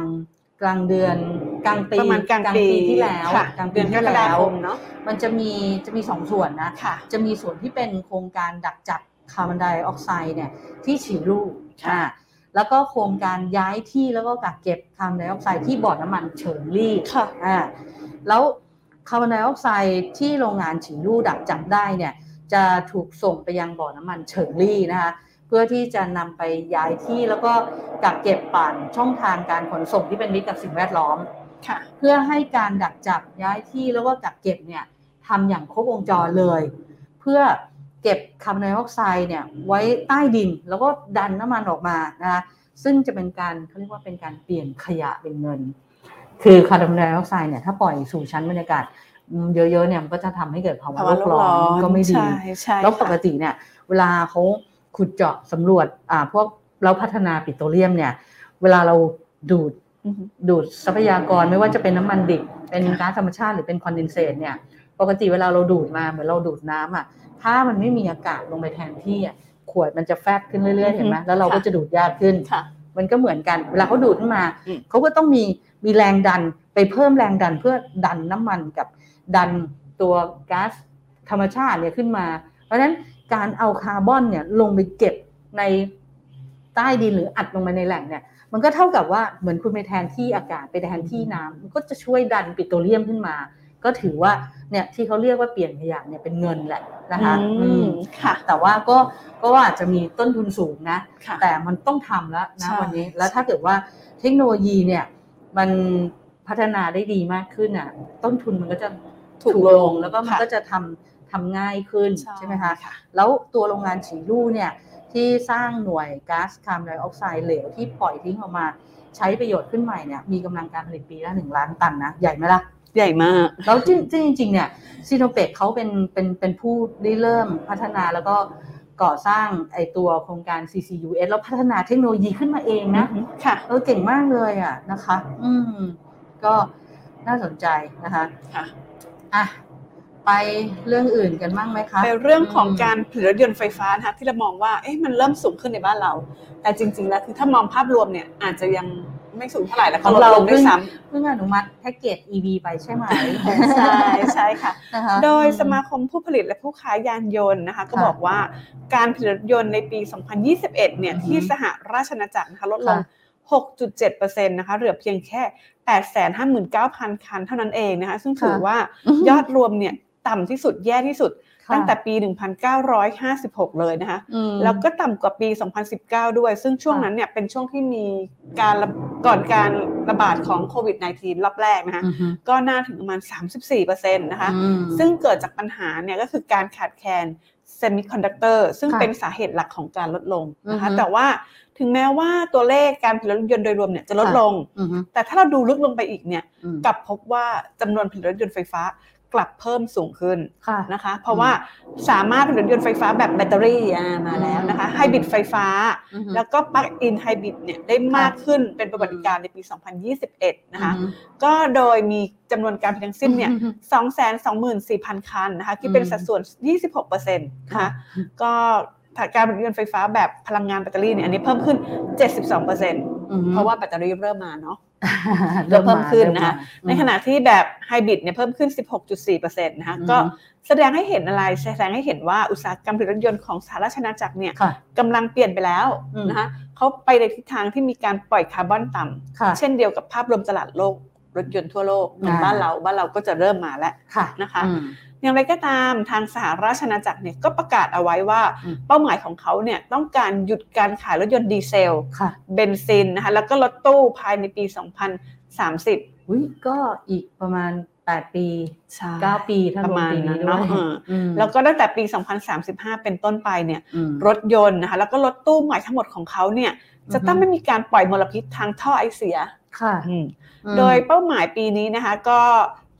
[SPEAKER 5] กลางเดือนกลางปี
[SPEAKER 6] ประมาณกลางปี
[SPEAKER 5] ที่แล้ว
[SPEAKER 6] ค่ะ
[SPEAKER 5] กลางปี
[SPEAKER 6] เดือนกร
[SPEAKER 5] ที่
[SPEAKER 6] กฎา
[SPEAKER 5] แล้ว
[SPEAKER 6] คมเนาะ
[SPEAKER 5] มันจะมีจะมีสองส่วนนะ
[SPEAKER 6] ค่ะ
[SPEAKER 5] จะมีส่วนที่เป็นโครงการดักจับคาร์บอนไดออกไซด์เนี่ยที่ฉีลูก
[SPEAKER 6] ค่ะ
[SPEAKER 5] อ่าแล้วก็โครงการย้ายที่แล้วก็กักเก็บคาร์บอนไดออกไซด์ที่บ่อน้ำมันเฉิงลี่
[SPEAKER 6] ค่ะ
[SPEAKER 5] อ่าแล้วคาร์บอนไดออกไซด์ที่โรงงานฉีลูกดักจับได้เนี่ยจะถูกส่งไปยังบ่อน้ำมันเฉิงลี่นะคะเพื่อที่จะนำไปย้ายที่แล้วก็กักเก็บผ่านช่องทางการขนส่งที่เป็นมิตรกับสิ่งแวดล้อม
[SPEAKER 6] ค่ะ
[SPEAKER 5] เพื่อให้การดักจับย้ายที่แล้วก็กักเก็บเนี่ยทำอย่างครบวงจรเลย เพื่อเก็บคาร์บอนไดออกไซด์เนี่ยไว้ใต้ดินแล้วก็ดันน้ำมันออกมานะคะซึ่งจะเป็นการเขาเรียกว่าเป็นการเปลี่ยนขยะเป็นเงิน คือคาร์บอนไดออกไซด์เนี่ยถ้าปล่อยสู่ชั้นบรรยากาศอืมเยอะๆเนี่ยมันก็จะทำให้เกิดภาวะ
[SPEAKER 6] ภา
[SPEAKER 5] โล
[SPEAKER 6] วะ
[SPEAKER 5] ก
[SPEAKER 6] โลก
[SPEAKER 5] ร้อ
[SPEAKER 6] ร้อน น
[SPEAKER 5] ก็ไม่ดี
[SPEAKER 6] ใช่ใช่
[SPEAKER 5] แล้วปก
[SPEAKER 6] ค่ะ
[SPEAKER 5] ติเนี่ยเวลาเขาขุดเจาะสำรวจอ่าพวกเราพัฒนาปิโตรเลียมเนี่ย เวลาเราดูด
[SPEAKER 6] อือฮึ
[SPEAKER 5] ดูดทรัพยากรไม่ว่าจะเป็นน้ำมันดิบเป็นก๊าซธรรมชาติหรือเป็นคอนเดนเซตเนี่ย ปกติเวลาเราดูดมาเหมือนเราดูดน้ำอ่ะถ้ามันไม่มีอากาศลงไปแทนที่อ่ะขวดมันจะแฟบขึ้นเรื่อยๆเห็นไหมแล้วเราก็จะดูดยากขึ้น
[SPEAKER 6] ค่ะ
[SPEAKER 5] มันก็เหมือนกัน เวลาเขาดูดขึ้นมา
[SPEAKER 6] อืม
[SPEAKER 5] เขาก็ต้องมีมีแรงดันไปเพิ่มแรงดันเพื่อดันน้ำมันกับดันตัวก๊าซธรรมชาติเนี่ยขึ้นมา เพราะฉะนั้นการเอาคาร์บอนเนี่ยลงไปเก็บในใต้ดินหรืออัดลงไปในแหล่งเนี่ย มันก็เท่ากับว่าเหมือนคุณไปแทนที่อากาศไปแทนที่น้ำมันก็จะช่วยดันปิโตรเลียมขึ้นมา ก็ถือว่าเนี่ยที่เขาเรียกว่าเปลี่ยนขยะเนี่ยเป็นเงินแหละนะคะ
[SPEAKER 6] อื
[SPEAKER 5] อื
[SPEAKER 6] ม
[SPEAKER 5] ม
[SPEAKER 6] ค่ะ
[SPEAKER 5] แต่ว่าก็ก็อาจจะมีต้นทุนสูงนะ
[SPEAKER 6] ค่ะ
[SPEAKER 5] แต่มันต้องทำแล้วนะ
[SPEAKER 6] ใช่
[SPEAKER 5] วันนี้ แล้วถ้าเกิดว่าเทคโนโลยีเนี่ยมันพัฒนาได้ดีมากขึ้นอ่ะ ต้นทุนมันก็จะถูกลงแล้วก็มันก็จะทำทำง่ายขึ้นใช่ไหมคะ แล้วตัวโรงงานฉีลู่เนี่ยที่สร้างหน่วยก๊าซคาร์บอนไดออกไซด์เหลวที่ปล่อยทิ้งออกมาใช้ประโยชน์ขึ้นใหม่เนี่ยมีกำลังการผลิตปีละหนึ่งล้านตันนะใหญ่ไหมล่ะ
[SPEAKER 6] ใหญ่มาก
[SPEAKER 5] แล้วจริงจริงจริงๆเนี่ยซีโนเปกเขาเป็นเป็นเป็นผู้ริเริ่มพัฒนาแล้วก็ก่อสร้างไอตัวโครงการ CCUS แล้วพัฒนาเทคโนโลยีขึ้นมาเองนะ
[SPEAKER 6] ค่ะ
[SPEAKER 5] เออเก่งมากเลยอ่ะนะคะ อืม ก็น่าสนใจนะคะ
[SPEAKER 6] ค่ะ
[SPEAKER 5] อ่ะ ไปเรื่องอื่นกันบ้างไหมคะ
[SPEAKER 6] ในเรื่องของการผลิตรถยนต์ไฟฟ้านะคะที่เรามองว่าเอ๊ะมันเริ่มสูงขึ้นในบ้านเรา แต่จริง ๆ แล้วคือถ้ามองภาพรวมเนี่ยอาจจะยังไม่สูงเท่าไหร่แล้วก็ลดลงด้วยซ้
[SPEAKER 5] เพิ่งอนุมัติแพ็กเกจ EV ไปใช่ไหม
[SPEAKER 6] ำใช่ใช่ ค่ะ
[SPEAKER 5] นะคะ
[SPEAKER 6] โดยสมาคมผู้ผลิตและผู้ค้ายานยนต์นะคะ ก็
[SPEAKER 5] ค่ะ
[SPEAKER 6] บอกว่าการผลิตรถยนต์ในปี 2021 เนี่ย
[SPEAKER 5] อือฮึ
[SPEAKER 6] ที่สหราชอาณาจักรนะคะลดลง
[SPEAKER 5] ค่ะ
[SPEAKER 6] 6.7%นะคะเหลือเพียงแค่ 859,000 คันเท่านั้นเองนะคะ ซึ่งถือว่ายอดรวมเนี่ยต่ำที่สุดแย่ที่สุด
[SPEAKER 5] ค่ะ
[SPEAKER 6] ตั้งแต่ปี 1956 เลยนะคะ
[SPEAKER 5] อืม
[SPEAKER 6] แล้วก็ต่ำกว่าปี 2019 ด้วย ซึ่งช่วง
[SPEAKER 5] ค่ะ
[SPEAKER 6] นั้นเนี่ยเป็นช่วงที่มีการระก่อนการระบาดของโควิด -19 รอบแรกนะคะ
[SPEAKER 5] อือฮึ
[SPEAKER 6] ก็น่าถึงประมาณ 34%นะคะ
[SPEAKER 5] อืม
[SPEAKER 6] ซึ่งเกิดจากปัญหาเนี่ยก็คือการขาดแคลนเซมิคอนดักเตอร์ซึ่ง
[SPEAKER 5] ค่ะ
[SPEAKER 6] เป็นสาเหตุหลักของการลดลงนะคะ
[SPEAKER 5] อือฮึ
[SPEAKER 6] แต่ว่าถึงแม้ว่าตัวเลขการผลิตรถยนต์โดยรวมเนี่ยจะลด
[SPEAKER 5] ค่ะ
[SPEAKER 6] ลง
[SPEAKER 5] อือฮึ
[SPEAKER 6] แต่ถ้าเราดูลึกลงไปอีกเนี่ย
[SPEAKER 5] อืม
[SPEAKER 6] กลับพบว่าจำนวนผลิตรถยนต์ไฟฟ้ากลับเพิ่มสูงขึ้น
[SPEAKER 5] ค่ะ
[SPEAKER 6] นะคะเพราะว่าสามารถผลิตรถยนต์ไฟฟ้าแบบแบตเตอรี่อ่ามาแล้วนะคะไฮบริดไฟฟ้า
[SPEAKER 5] อือฮึ
[SPEAKER 6] แล้วก็ปลั๊กอินไฮบริดเนี่ยได้มากขึ้นเป็นประวัติการณ์ในปี 2021 นะคะก็โดยมีจำนวนการผลิตทั้งสิ้นเนี่ย 224,000 คันนะคะคิดเป็น
[SPEAKER 5] อืม
[SPEAKER 6] สัดส่วน 26%นะคะก็การผลิตรถยนต์ไฟฟ้าแบบพลังงานแบตเตอรี่เนี่ยอันนี้เพิ่มขึ้น 72%
[SPEAKER 5] อือฮึ
[SPEAKER 6] เพราะว่าแบตเตอรี่เริ่มมาเนาะ
[SPEAKER 5] เริ่ม
[SPEAKER 6] เพิ่มขึ้น
[SPEAKER 5] เริ่
[SPEAKER 6] นะคะ
[SPEAKER 5] มา
[SPEAKER 6] ในขณะที่แบบไฮบริดเนี่ยเพิ่มขึ้น 16.4%นะคะ
[SPEAKER 5] อืม
[SPEAKER 6] ก็แสดงให้เห็นอะไร แสดงให้เห็นว่าอุตสาหกรรมผลิตรถยนต์ของสหราชอาณาจักรเนี่ย
[SPEAKER 5] ค่ะ
[SPEAKER 6] กำลังเปลี่ยนไปแล้ว
[SPEAKER 5] อืม
[SPEAKER 6] นะคะเขาไปในทิศทางที่มีการปล่อยคาร์บอนต่
[SPEAKER 5] ค่ะ
[SPEAKER 6] ำเช่นเดียวกับภาพรวมตลาดโลกรถยนต์ทั่วโลกเหมือน
[SPEAKER 5] อ่า
[SPEAKER 6] บ้านเราบ้านเราก็จะเริ่มมาแล้ว
[SPEAKER 5] ค่ะ
[SPEAKER 6] นะคะ
[SPEAKER 5] อืม
[SPEAKER 6] อย่างไรก็ตามทางสหราชอาณาจักรเนี่ยก็ประกาศเอาไว้ว่า
[SPEAKER 5] อืม
[SPEAKER 6] เป้าหมายของเขาเนี่ยต้องการหยุดการขายรถยนต์ดีเซล
[SPEAKER 5] ค่ะ
[SPEAKER 6] เบนซินนะคะแล้วก็รถตู้ภายในปี 2030
[SPEAKER 5] อุ้ยก็อีกประมาณ 8 ปี
[SPEAKER 6] ใช่
[SPEAKER 5] 9 ปีถ้าร
[SPEAKER 6] ประ
[SPEAKER 5] วม
[SPEAKER 6] มาณ
[SPEAKER 5] ปีนี้
[SPEAKER 6] นั้น
[SPEAKER 5] ด้ว
[SPEAKER 6] เนาะ
[SPEAKER 5] ย
[SPEAKER 6] เออ
[SPEAKER 5] อืม
[SPEAKER 6] แล้วก็ตั้งแต่ปี 2035 เป็นต้นไปเนี่ย
[SPEAKER 5] อืม
[SPEAKER 6] รถยนต์นะคะแล้วก็รถตู้ใหม่ทั้งหมดของเขาเนี่ยจะต้อง
[SPEAKER 5] อือฮึ
[SPEAKER 6] ไม่มีการปล่อยมลพิษทางท่อไอเสีย
[SPEAKER 5] ค่ะอืม
[SPEAKER 6] โดยเป้าหมายปีนี้นะคะก็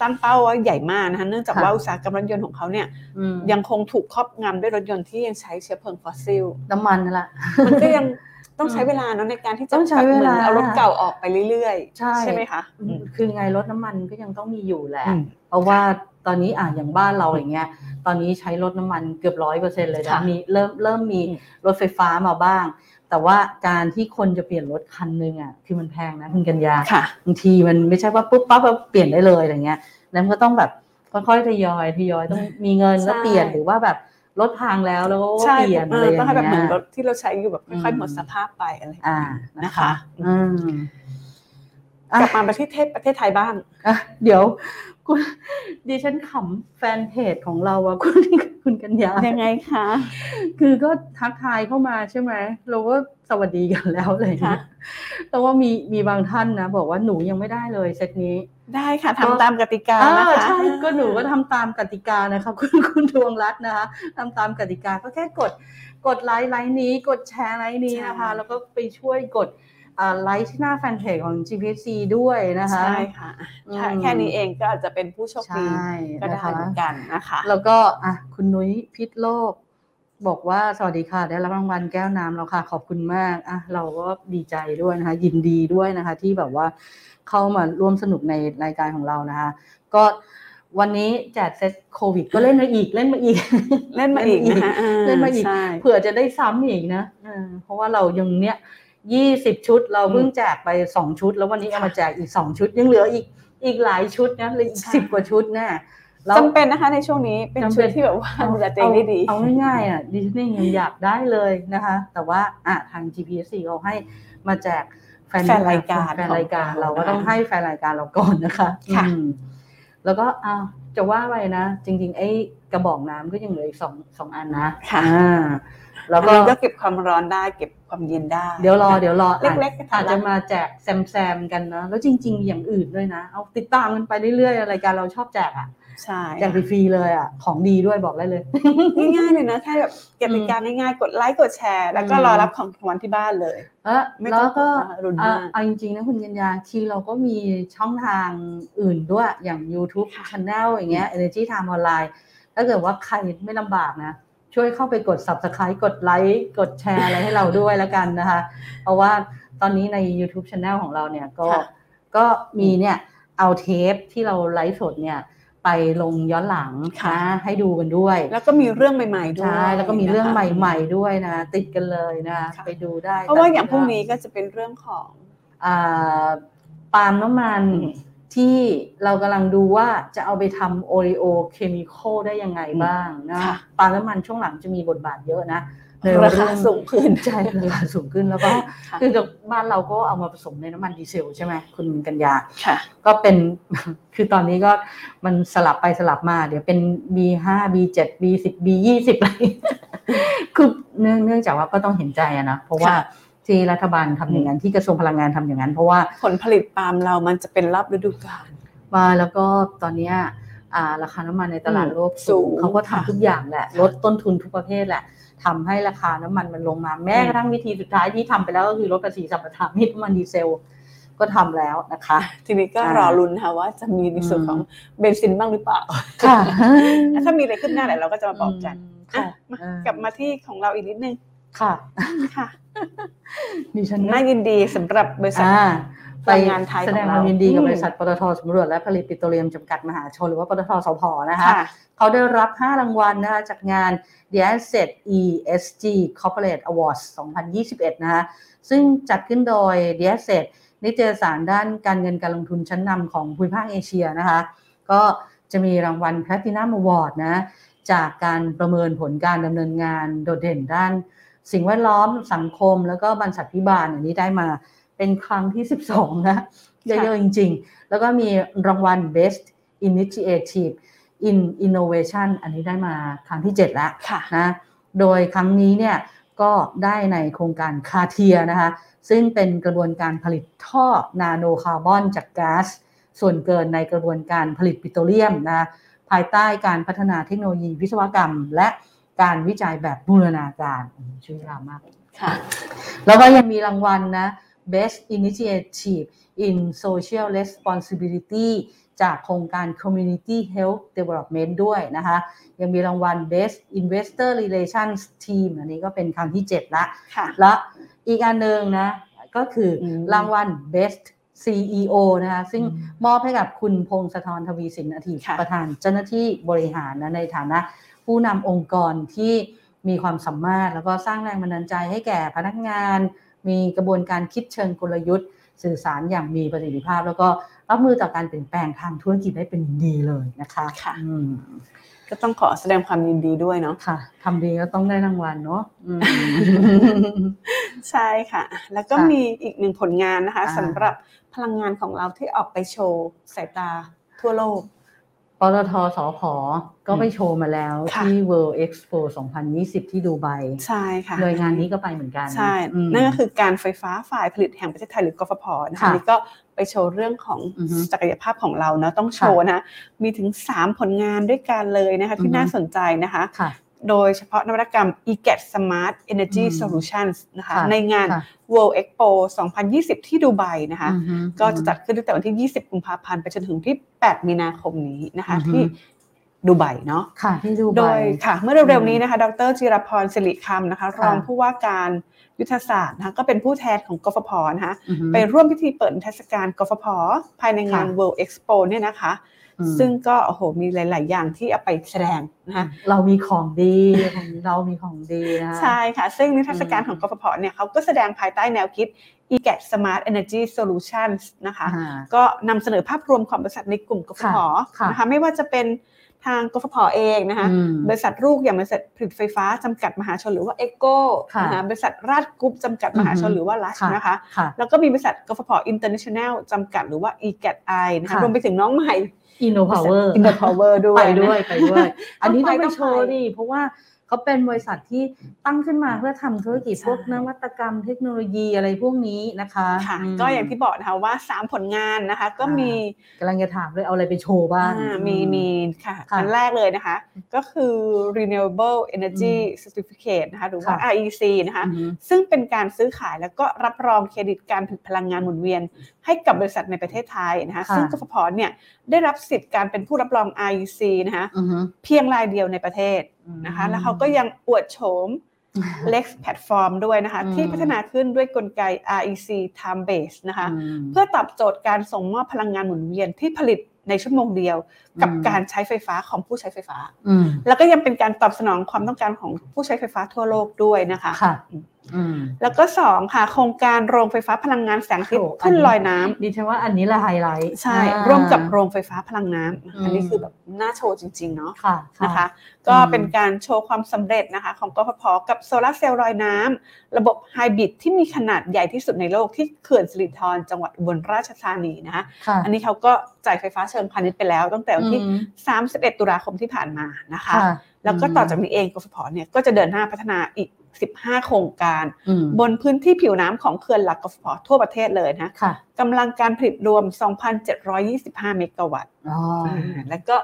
[SPEAKER 6] ตั้งเป้าไว่าใหญ่มากนะคะเนื่องจาก
[SPEAKER 5] ค่ะ
[SPEAKER 6] ว่าอุตสาหกรรมรถยนต์ของเขาเนี่ย
[SPEAKER 5] อืม
[SPEAKER 6] ยังคงถูกครอบงำด้วยรถยนต์ที่ยังใช้เชื้อเพลิงฟอส ซิล
[SPEAKER 5] น้ำมันนั่นแหละ
[SPEAKER 6] มันก็ยังต้องใช้เวลาเนาะในการที่จะ
[SPEAKER 5] ต้องใช้เวลา
[SPEAKER 6] แบบหมือนเอารถเก่าออกไปเรื่อยๆ
[SPEAKER 5] ใช่
[SPEAKER 6] ไหมคะ
[SPEAKER 5] อืมคือไงรถน้ำมันก็ยังต้องมีอยู่แหละ
[SPEAKER 6] อืม
[SPEAKER 5] เพราะว่าตอนนี้อ่ะอย่างบ้านเราอย่างเงี้ย ตอนนี้ใช้รถน้ำมันเกือบร้อยเปอร์เซ็นเลยนะ
[SPEAKER 6] ค่ะ
[SPEAKER 5] มีเริ่มเริ่มมี
[SPEAKER 6] อืม
[SPEAKER 5] รถไฟฟ้ามาบ้าง แต่ว่าการที่คนจะเปลี่ยนรถคันนึงอ่ะคือมันแพงนะคุณกัญญา
[SPEAKER 6] ค่ะ
[SPEAKER 5] บางทีมันไม่ใช่ว่าปุ๊บปั๊บแล้วเปลี่ยนได้เลยอะไรเงี้ย นั้นก็ต้องแบบค่อยๆทยอยทยอยต้องมีเงินแล้วเปลี่ยน
[SPEAKER 6] ใช่
[SPEAKER 5] หรือว่าแบบรถพังแล้วแล้วก็
[SPEAKER 6] ใช่
[SPEAKER 5] เปลี่ยน
[SPEAKER 6] เอ
[SPEAKER 5] อะไร
[SPEAKER 6] อ
[SPEAKER 5] อย่าง
[SPEAKER 6] ต้องให้แบบเหมือน
[SPEAKER 5] เงี้ย
[SPEAKER 6] รถที่เราใช้อยู่แบบค่อยๆ
[SPEAKER 5] อืม
[SPEAKER 6] หมดสภาพไปอะไรอย่างเงี้ย
[SPEAKER 5] อ่านะ
[SPEAKER 6] นะคะ
[SPEAKER 5] อืม
[SPEAKER 6] กลับมาประเทศประเทศไทยบ้าง
[SPEAKER 5] อ่ะเดี๋ยวคุณดิฉันขำแฟนเพจของเราอะ คุณคุณกัญญา
[SPEAKER 6] ยังไงคะ
[SPEAKER 5] คือก็ทักทายเข้ามาใช่ไหมเราก็สวัสดีกันแล้วอะไรเลยนะแต่ว่ามีมีบางท่านนะบอกว่าหนูยังไม่ได้เลยเซตนี้
[SPEAKER 6] ได้ค่ะทำตามกติกานะ
[SPEAKER 5] อ่า
[SPEAKER 6] คะ
[SPEAKER 5] ใช่ก็หนูก็ทำตามกติกานะคะ คุณคุณดวงรัตน์นะคะทำตามกติกาก็แค่กดกดไลค์ไลค์นี้ กดแชร์ไลค์นี้นะคะ แล้วก็ไปช่วยกด เอ่อไลค์ที่หน้าแฟนเพจของ GPC ด้วยนะคะ
[SPEAKER 6] ใช่ค่ะใช่แค่นี้เองก็อาจจะเป็นผู้โชคดี
[SPEAKER 5] ใช่
[SPEAKER 6] ก็ได้
[SPEAKER 5] นะคะ
[SPEAKER 6] เหมือนกันนะคะ
[SPEAKER 5] แล้วก็อ่ะคุณนุ้ยพิษโลก บอกว่าสวัสดีค่ะ ได้รับรางวัลแก้วน้ำแล้วค่ะ ขอบคุณมากอ่ะเราก็ดีใจด้วยนะคะ ยินดีด้วยนะคะ ที่แบบว่าเข้ามาร่วมสนุกในรายการของเรานะคะ ก็วันนี้แจกเซตโควิด ก็เล่นมาอีกเล่นมาอีก
[SPEAKER 6] เล่นมาอีกนะคะ
[SPEAKER 5] เล่นมาอีก
[SPEAKER 6] ใช่
[SPEAKER 5] เผื่อจะได้ซ้ำอีกนะเออเพราะว่าเรายังเนี้ยยี่สิบชุด เราเพิ่งแจกไปสองชุด แล้ววันนี้เอามาแจกอีกสองชุด ยังเหลืออีกอีกหลายชุดนะเหลยอีก
[SPEAKER 6] ใช่
[SPEAKER 5] สิบกว่าชุดแน่แล้ว
[SPEAKER 6] จำเป็นนะคะในช่วงนี้เป็น
[SPEAKER 5] จำ
[SPEAKER 6] ช่
[SPEAKER 5] เป็
[SPEAKER 6] วน งที่แบบว่าดูแลตัวเองได้ดี
[SPEAKER 5] เอาเอาง่ายๆอ่ะดิสนีย์ยังอยากได้เลยนะคะ แต่ว่าอ่ะทาง GPS เขาให้มาแจกแฟน
[SPEAKER 6] แฟนรายการ
[SPEAKER 5] แฟนรายการ
[SPEAKER 6] ของเรา
[SPEAKER 5] เราก็ต้องให้แฟนรายการเราก่อนนะคะ
[SPEAKER 6] ค่ะ
[SPEAKER 5] อืมแล้วก็อ่ะจะว่าไปนะ จริง ๆ ไอ้กระบอกน้ำก็ยังเหลืออีกสองสองอันนะ
[SPEAKER 6] ค่ะ
[SPEAKER 5] อ่าแล้วก็
[SPEAKER 6] อันนี้ก็เก็บความร้อนได้เก็บความเย็นได้
[SPEAKER 5] เดี๋ยวรอเดี๋ยวรอ
[SPEAKER 6] เล็กๆ
[SPEAKER 5] อาจจะมาแจกแซมแซมๆกันนะแล้วจริง ๆ อย่างอื่นด้วยนะ เอาติดตามกันไปเรื่อยๆรายการเราชอบแจกอ่ะ
[SPEAKER 6] ใช่
[SPEAKER 5] แจกฟรีๆเลยอ่ะของดีด้วยบอกได้เลย
[SPEAKER 6] ง่ายๆเลยนะแค่แบบกติกาง่ายๆกดไลค์กดแชร์ แล้วก็
[SPEAKER 5] อืม
[SPEAKER 6] รอรับของรางวัลที่บ้านเลย
[SPEAKER 5] เออ
[SPEAKER 6] ไม่ต้
[SPEAKER 5] แล้
[SPEAKER 6] อง
[SPEAKER 5] วก็
[SPEAKER 6] รุนมาก
[SPEAKER 5] เอ่อเอาจริงๆนะคุณกัญญาทีเราก็มีช่องทางอื่นด้วยอย่าง YouTube Channel อย่างเงี้ย Energy Time Online ถ้าเกิดว่าใครไม่ลำบากนะ ช่วยเข้าไปกด Subscribe กดไลค์กดแชร์อะไรให้เราด้วยแล้วกันนะคะ เพราะว่าตอนนี้ใน YouTube Channel ของเราเนี่ยก็
[SPEAKER 6] ค่ะ
[SPEAKER 5] ก็มีเนี่ยเอาเทปที่เราไลฟ์สดเนี่ยไปลงย้อนหลัง
[SPEAKER 6] ค่ะ
[SPEAKER 5] นะให้ดูกันด้วย
[SPEAKER 6] แล้วก็มีเรื่องใหม่ ๆ ด้วย
[SPEAKER 5] ใช่แล้วก็มีเรื่อง
[SPEAKER 6] นะคะ
[SPEAKER 5] ใหม่ ๆด้วยนะ ติดกันเลยนะ
[SPEAKER 6] ค่ะ
[SPEAKER 5] ไปดูได้
[SPEAKER 6] เพราะว่า
[SPEAKER 5] ตม
[SPEAKER 6] อย่างพวก
[SPEAKER 5] เ
[SPEAKER 6] นี้ก็จะเป็นเรื่องของ
[SPEAKER 5] อ่าปาล์มน้ำมัน
[SPEAKER 6] อืม
[SPEAKER 5] ที่เรากำลังดูว่าจะเอาไปทำโอริโอเคมีคอลได้ยังไงบ้างนะ
[SPEAKER 6] ค่ะ
[SPEAKER 5] ปาล์มน้ำมันช่วงหลังจะมีบทบาทเยอะนะใน
[SPEAKER 6] ราคา
[SPEAKER 5] เอ
[SPEAKER 6] สูงขึ้น
[SPEAKER 5] ใช่ราคาสูงขึ้นแล้วก็
[SPEAKER 6] ค่ะ
[SPEAKER 5] คือจากบ้านเราก็เอามาผสมในน้ำมันดีเซลใช่ไหมคุณกัญญา
[SPEAKER 6] ค่ะ
[SPEAKER 5] ก็เป็น คือตอนนี้ก็มันสลับไปสลับมา เดี๋ยวเป็น B5 B7 B10 B20 อะไร คือเนื่องเนื่องจากว่าก็ต้องเห็นใจอะนะ เพราะว่า
[SPEAKER 6] ค่ะ
[SPEAKER 5] ที่รัฐบาลทำอย่างนั้นที่กระทรวงพลังงานทำอย่างนั้น เพราะว่า
[SPEAKER 6] ผลผลิตปาล์มเรามันจะเป็นรอบฤดูกาล
[SPEAKER 5] มาแล้วก็ตอนเนี้ยอ่าราคาน้ำมันในตลาด
[SPEAKER 6] อืม
[SPEAKER 5] โลกสูง
[SPEAKER 6] สูง
[SPEAKER 5] เขาก็ทำ
[SPEAKER 6] ค่ะ
[SPEAKER 5] ทุกอย่างแหละ ลดต้นทุนทุกประเภทแหละทำให้ราคาน้ำมันมันลงมาแม้กระทั่งวิธีสุดท้ายที่ทำไปแล้วก็คือลดภาษีสรรพสามิตน้ำมันดีเซลก็ทำแล้วนะคะ
[SPEAKER 6] ทีนี้ก็
[SPEAKER 5] อ่าร ร
[SPEAKER 6] อลุ้นค่ะว่าจะมีในส่วน
[SPEAKER 5] อืม
[SPEAKER 6] ของเบนซินบ้างหรือเปล่า
[SPEAKER 5] ค่ะ
[SPEAKER 6] แล้วถ้ามีอะไรขึ้นหน้าเดี๋ยวเราก็จะมาบอกกัน
[SPEAKER 5] ค่ะ
[SPEAKER 6] อ่ะ
[SPEAKER 5] เออก
[SPEAKER 6] ลับมาที่ของเราอีกนิดนึง
[SPEAKER 5] ค่ะ
[SPEAKER 6] ค่ะ
[SPEAKER 5] ดิฉัน
[SPEAKER 6] น่ายินดีสำหรับบริษัท
[SPEAKER 5] อ่า
[SPEAKER 6] พลังงานไทย
[SPEAKER 5] แสดง
[SPEAKER 6] ของ
[SPEAKER 5] ค
[SPEAKER 6] เรา
[SPEAKER 5] วามยินดีกับ
[SPEAKER 6] อืม
[SPEAKER 5] บริษัทปตทสำรวจและผลิตปิโตรเลียมจำกัดมหาชนหรือว่าปตทสพนะคะ
[SPEAKER 6] ค่ะ
[SPEAKER 5] เขาได้รับ 5 รางวัลนะคะจากงาน The Asset ESG Corporate Awards 2021 นะคะซึ่งจัดขึ้นโดย The Asset นิตยสารด้านการเงินการลงทุนชั้นนำของภูมิภาคเอเชียนะคะ ก็จะมีรางวัล Platinum Award นะ จากการประเมินผลการดำเนินงานโดดเด่นด้าน สิ่งแวดล้อมสังคมแล้วก็บรรษัทพิบาลอันนี้ได้มาเป็นครั้งที่ 12 นะเยอะๆจริง ๆ แล้วก็มีรางวัล Best Initiative in Innovation อันนี้ได้มาครั้งที่ 7 แล้ว
[SPEAKER 6] ค่ะ
[SPEAKER 5] นะ โดยครั้งนี้เนี่ยก็ได้ในโครงการคาเทียนะคะ ซึ่งเป็นกระบวนการผลิตท่อนาโนคาร์บอนจากก๊าซส่วนเกินในกระบวนการผลิตปิโตรเลียมนะภายใต้การพัฒนาเทคโนโลยีวิศวกรรม และการวิจัยแบบบูรณาการโอ้โหชื่อยาวมาก
[SPEAKER 6] ค่ะ
[SPEAKER 5] แล้วก็ยังมีรางวัลนะ Best Initiative in Social Responsibility จากโครงการ Community Health Development ด้วยนะคะ ยังมีรางวัล Best Investor Relations Team อันนี้ก็เป็นครั้งที่ 7 ละ
[SPEAKER 6] ค่ะ
[SPEAKER 5] และอีกอันหนึ่งนะ ก็คืออ
[SPEAKER 6] ม
[SPEAKER 5] รางวัล Best CEO นะคะ ซึ่งมอบให้กับคุณพงศธรทวีสินอดีตประธานเจ้าหน้าที่บริหารนะในฐานะ ผู้นำองค์กรที่มีความสามารถ แล้วก็สร้างแรงบันดาลใจให้แก่พนักงาน มีกระบวนการคิดเชิงกลยุทธ์ สื่อสารอย่างมีประสิทธิภาพ แล้วก็รับมือต่อการเปลี่ยนแปลงทางธุรกิจได้เป็นดีเลยนะคะ
[SPEAKER 6] ค่ะ
[SPEAKER 5] อืม
[SPEAKER 6] ก็ต้องขอแสดงความยินดีด้วยเนาะ
[SPEAKER 5] ค่ะทำดีก็ต้องได้รางวัลเนาะอืม
[SPEAKER 6] ใช่ค่ะ แล้วก็
[SPEAKER 5] ค่ะ
[SPEAKER 6] มีอีกหนึ่งผลงานนะคะ
[SPEAKER 5] อ่า
[SPEAKER 6] สำหรับพลังงานของเราที่ออกไปโชว์สายตาทั่วโลก
[SPEAKER 5] ปตทสพก็ไปโชว์มาแล้ว
[SPEAKER 6] ค่ะ
[SPEAKER 5] ที่ World Expo 2020 ที่ดูไบ
[SPEAKER 6] ใช่ค่ะ
[SPEAKER 5] โดยงานนี้ก็ไปเหมือนกัน
[SPEAKER 6] ใช่
[SPEAKER 5] อืม
[SPEAKER 6] นั่นก็คือการไฟฟ้าฝ่ายผลิตแห่งประเทศไทยหรือกฟผนะคะ
[SPEAKER 5] ค่ะ
[SPEAKER 6] นี่ก็ไปโชว์เรื่องของ
[SPEAKER 5] อือฮึ
[SPEAKER 6] ศักยภาพของเราเนาะต้องโชว์นะ มีถึง 3 ผลงานด้วยกันเลยนะคะที่
[SPEAKER 5] อือฮึ
[SPEAKER 6] น่าสนใจนะคะ
[SPEAKER 5] ค่ะ
[SPEAKER 6] โดยเฉพาะนวัตกรรม eGet Smart Energy
[SPEAKER 5] อืม
[SPEAKER 6] Solutions นะคะ
[SPEAKER 5] ค่ะ
[SPEAKER 6] ในงาน
[SPEAKER 5] ค่ะ
[SPEAKER 6] World Expo 2020 ที่ดูไบนะคะ
[SPEAKER 5] อือฮึ
[SPEAKER 6] ก็จะจัดขึ้นตั้งแต่วันที่ 20 กุมภาพันธ์ ไปจนถึงที่ 8 มีนาคมนี้นะคะ
[SPEAKER 5] อือฮึ
[SPEAKER 6] ที่ดูไบเนาะ
[SPEAKER 5] ค่ะที่ดู
[SPEAKER 6] โด
[SPEAKER 5] ไบ
[SPEAKER 6] ยค่ะ เมื่อเร็วๆนี้นะคะ ดรจิรพรสิริคำนะคะ ร
[SPEAKER 5] ค่ะ
[SPEAKER 6] องผู้ว่าการยุทธศาสตร์นะคะ ก็เป็นผู้แทนของกฟผนะคะ
[SPEAKER 5] อือฮึ
[SPEAKER 6] ไปร่วมพิธีเปิดนิทรรศการกฟผภายในงาน
[SPEAKER 5] ค่ะ
[SPEAKER 6] World Expo เนี่ยนะคะ
[SPEAKER 5] อืม
[SPEAKER 6] ซึ่งก็โอ้โหมีหลาย ๆ อย่างที่เอาไปแสดงนะคะ
[SPEAKER 5] เรามีของดี ของเรามีของดีนะคะ
[SPEAKER 6] ใช่ค่ะ ซึ่งนิทรรศการ
[SPEAKER 5] อืม
[SPEAKER 6] ของกฟผเนี่ยเขาก็แสดงภายใต้แนวคิด eGet Smart Energy Solutions นะคะ
[SPEAKER 5] อ่า
[SPEAKER 6] ก็นำเสนอภาพรวมของบริษัทในกลุ่มกฟผ
[SPEAKER 5] ค่ะค่ะ
[SPEAKER 6] นะคะไม่ว่าจะเป็นทางกฟผเองนะคะ
[SPEAKER 5] อืม
[SPEAKER 6] บริษัทลูกอย่างบริษัทผลิตไฟฟ้าจำกัดมหาชนหรือว่าเอโก้
[SPEAKER 5] ค่ะ
[SPEAKER 6] นะคะบริษัทราชกรุ๊ปจำกัดมหาชน
[SPEAKER 5] อือฮึ
[SPEAKER 6] หรือว่าลัชนะคะ
[SPEAKER 5] ค่ะ
[SPEAKER 6] แล้วก็มีบริษัทกฟผอินเตอร์เนชั่นแนลจำกัดหรือว่า e g a t i นะคะ
[SPEAKER 5] ค่ะ
[SPEAKER 6] รวมไปถึงน้องใหม่
[SPEAKER 5] Inno Power
[SPEAKER 6] อินเตอร์พาวเวอร์ด้วย
[SPEAKER 5] ไปด้วย
[SPEAKER 6] นะ
[SPEAKER 5] ไปด้วย อันนี้
[SPEAKER 6] ต้อง
[SPEAKER 5] นาย
[SPEAKER 6] ไป
[SPEAKER 5] ต้องโชว์
[SPEAKER 6] ต้องไป
[SPEAKER 5] ดิเพราะว่าเขาเป็นบริษัทที่ตั้งขึ้นมาเพื่อทำธุรกิจ
[SPEAKER 6] ใช่
[SPEAKER 5] พวกนวัตกรรมเทคโนโลยีอะไรพวกนี้นะคะ
[SPEAKER 6] ค่ะ
[SPEAKER 5] ม
[SPEAKER 6] ก็อย่างที่บอกนะคะว่า 3 ผลงานนะคะ ก็
[SPEAKER 5] อ่ามี
[SPEAKER 6] มี
[SPEAKER 5] กำลังจะถามเลยเอาอะไรไปโชว์บ้าง
[SPEAKER 6] อ่ามีมีค่ะ
[SPEAKER 5] ค่ะ
[SPEAKER 6] อันแรกเลยนะคะ ก็คือ renewable energy
[SPEAKER 5] อื
[SPEAKER 6] certificate นะคะหรือว่า
[SPEAKER 5] ค่ะ
[SPEAKER 6] REC นะคะ
[SPEAKER 5] อืม
[SPEAKER 6] ซึ่งเป็นการซื้อขายแล้วก็รับรองเครดิตการผลิตพลังงานหมุนเวียน ให้กับบริษัทในประเทศไทยนะคะ
[SPEAKER 5] ค่ะ
[SPEAKER 6] ซึ่งกฟผเนี่ยได้รับสิทธิ์การเป็นผู้รับรอง IEC นะคะ
[SPEAKER 5] อืม
[SPEAKER 6] เพียงรายเดียวในประเทศนะคะแล้วเขาก็ยังอวดโฉม Lex Platform ด้วยนะคะ
[SPEAKER 5] อืม
[SPEAKER 6] ที่พัฒนาขึ้นด้วยกลไก REC Time Base นะคะ
[SPEAKER 5] ม
[SPEAKER 6] เพื่อตอบโจทย์การส่งมอบพลังงานหมุนเวียนที่ผลิตในชั่วโมงเดียว กับ
[SPEAKER 5] อืม
[SPEAKER 6] การใช้ไฟฟ้าของผู้ใช้ไฟฟ้า
[SPEAKER 5] อืม
[SPEAKER 6] แล้วก็ยังเป็นการตอบสนองความต้องการของผู้ใช้ไฟฟ้าทั่วโลกด้วยนะคะ
[SPEAKER 5] ค่ะอืม
[SPEAKER 6] แล้วก็สองค่ะ โครงการโรงไฟฟ้าพลังงานแสงอาทิตย์ขึ้นลอยน้ำ
[SPEAKER 5] ดิฉันว่าอันนี้แหละไฮไลท์
[SPEAKER 6] ใช่
[SPEAKER 5] อ่า
[SPEAKER 6] ร่วมกับโรงไฟฟ้าพลังน้ำอันนี้
[SPEAKER 5] อืม
[SPEAKER 6] คือแบบน่าโชว์จริง ๆ เนาะ
[SPEAKER 5] ค่ะ
[SPEAKER 6] นะคะ ก็เป็นการโชว์ความสำเร็จนะคะ ของกฟผกับโซลาร์เซลล์ลอยน้ำระบบไฮบริดที่มีขนาดใหญ่ที่สุดในโลกที่เขื่อนสิรินธรจังหวัดอุบลราชธานีนะคะ
[SPEAKER 5] ค่ะ
[SPEAKER 6] อันนี้เขาก็จ่ายไฟฟ้าเชิงพาณิชย์ไปแล้ว ตั้งแต่วันที่
[SPEAKER 5] อืม
[SPEAKER 6] 31 ตุลาคมที่ผ่านมานะคะ
[SPEAKER 5] ค่ะ
[SPEAKER 6] แล้วก็ต่อจากนี้เองกฟผเนี่ยก็จะเดินหน้าพัฒนาอีก 15 โครงการ
[SPEAKER 5] อืม
[SPEAKER 6] บนพื้นที่ผิวน้ำของเขื่อนหลักกฟผทั่วประเทศเลยนะ
[SPEAKER 5] ค่ะ
[SPEAKER 6] กำลังการผลิตรวม 2,725 เมกะวัตต์
[SPEAKER 5] อ๋อ
[SPEAKER 6] แล้วก็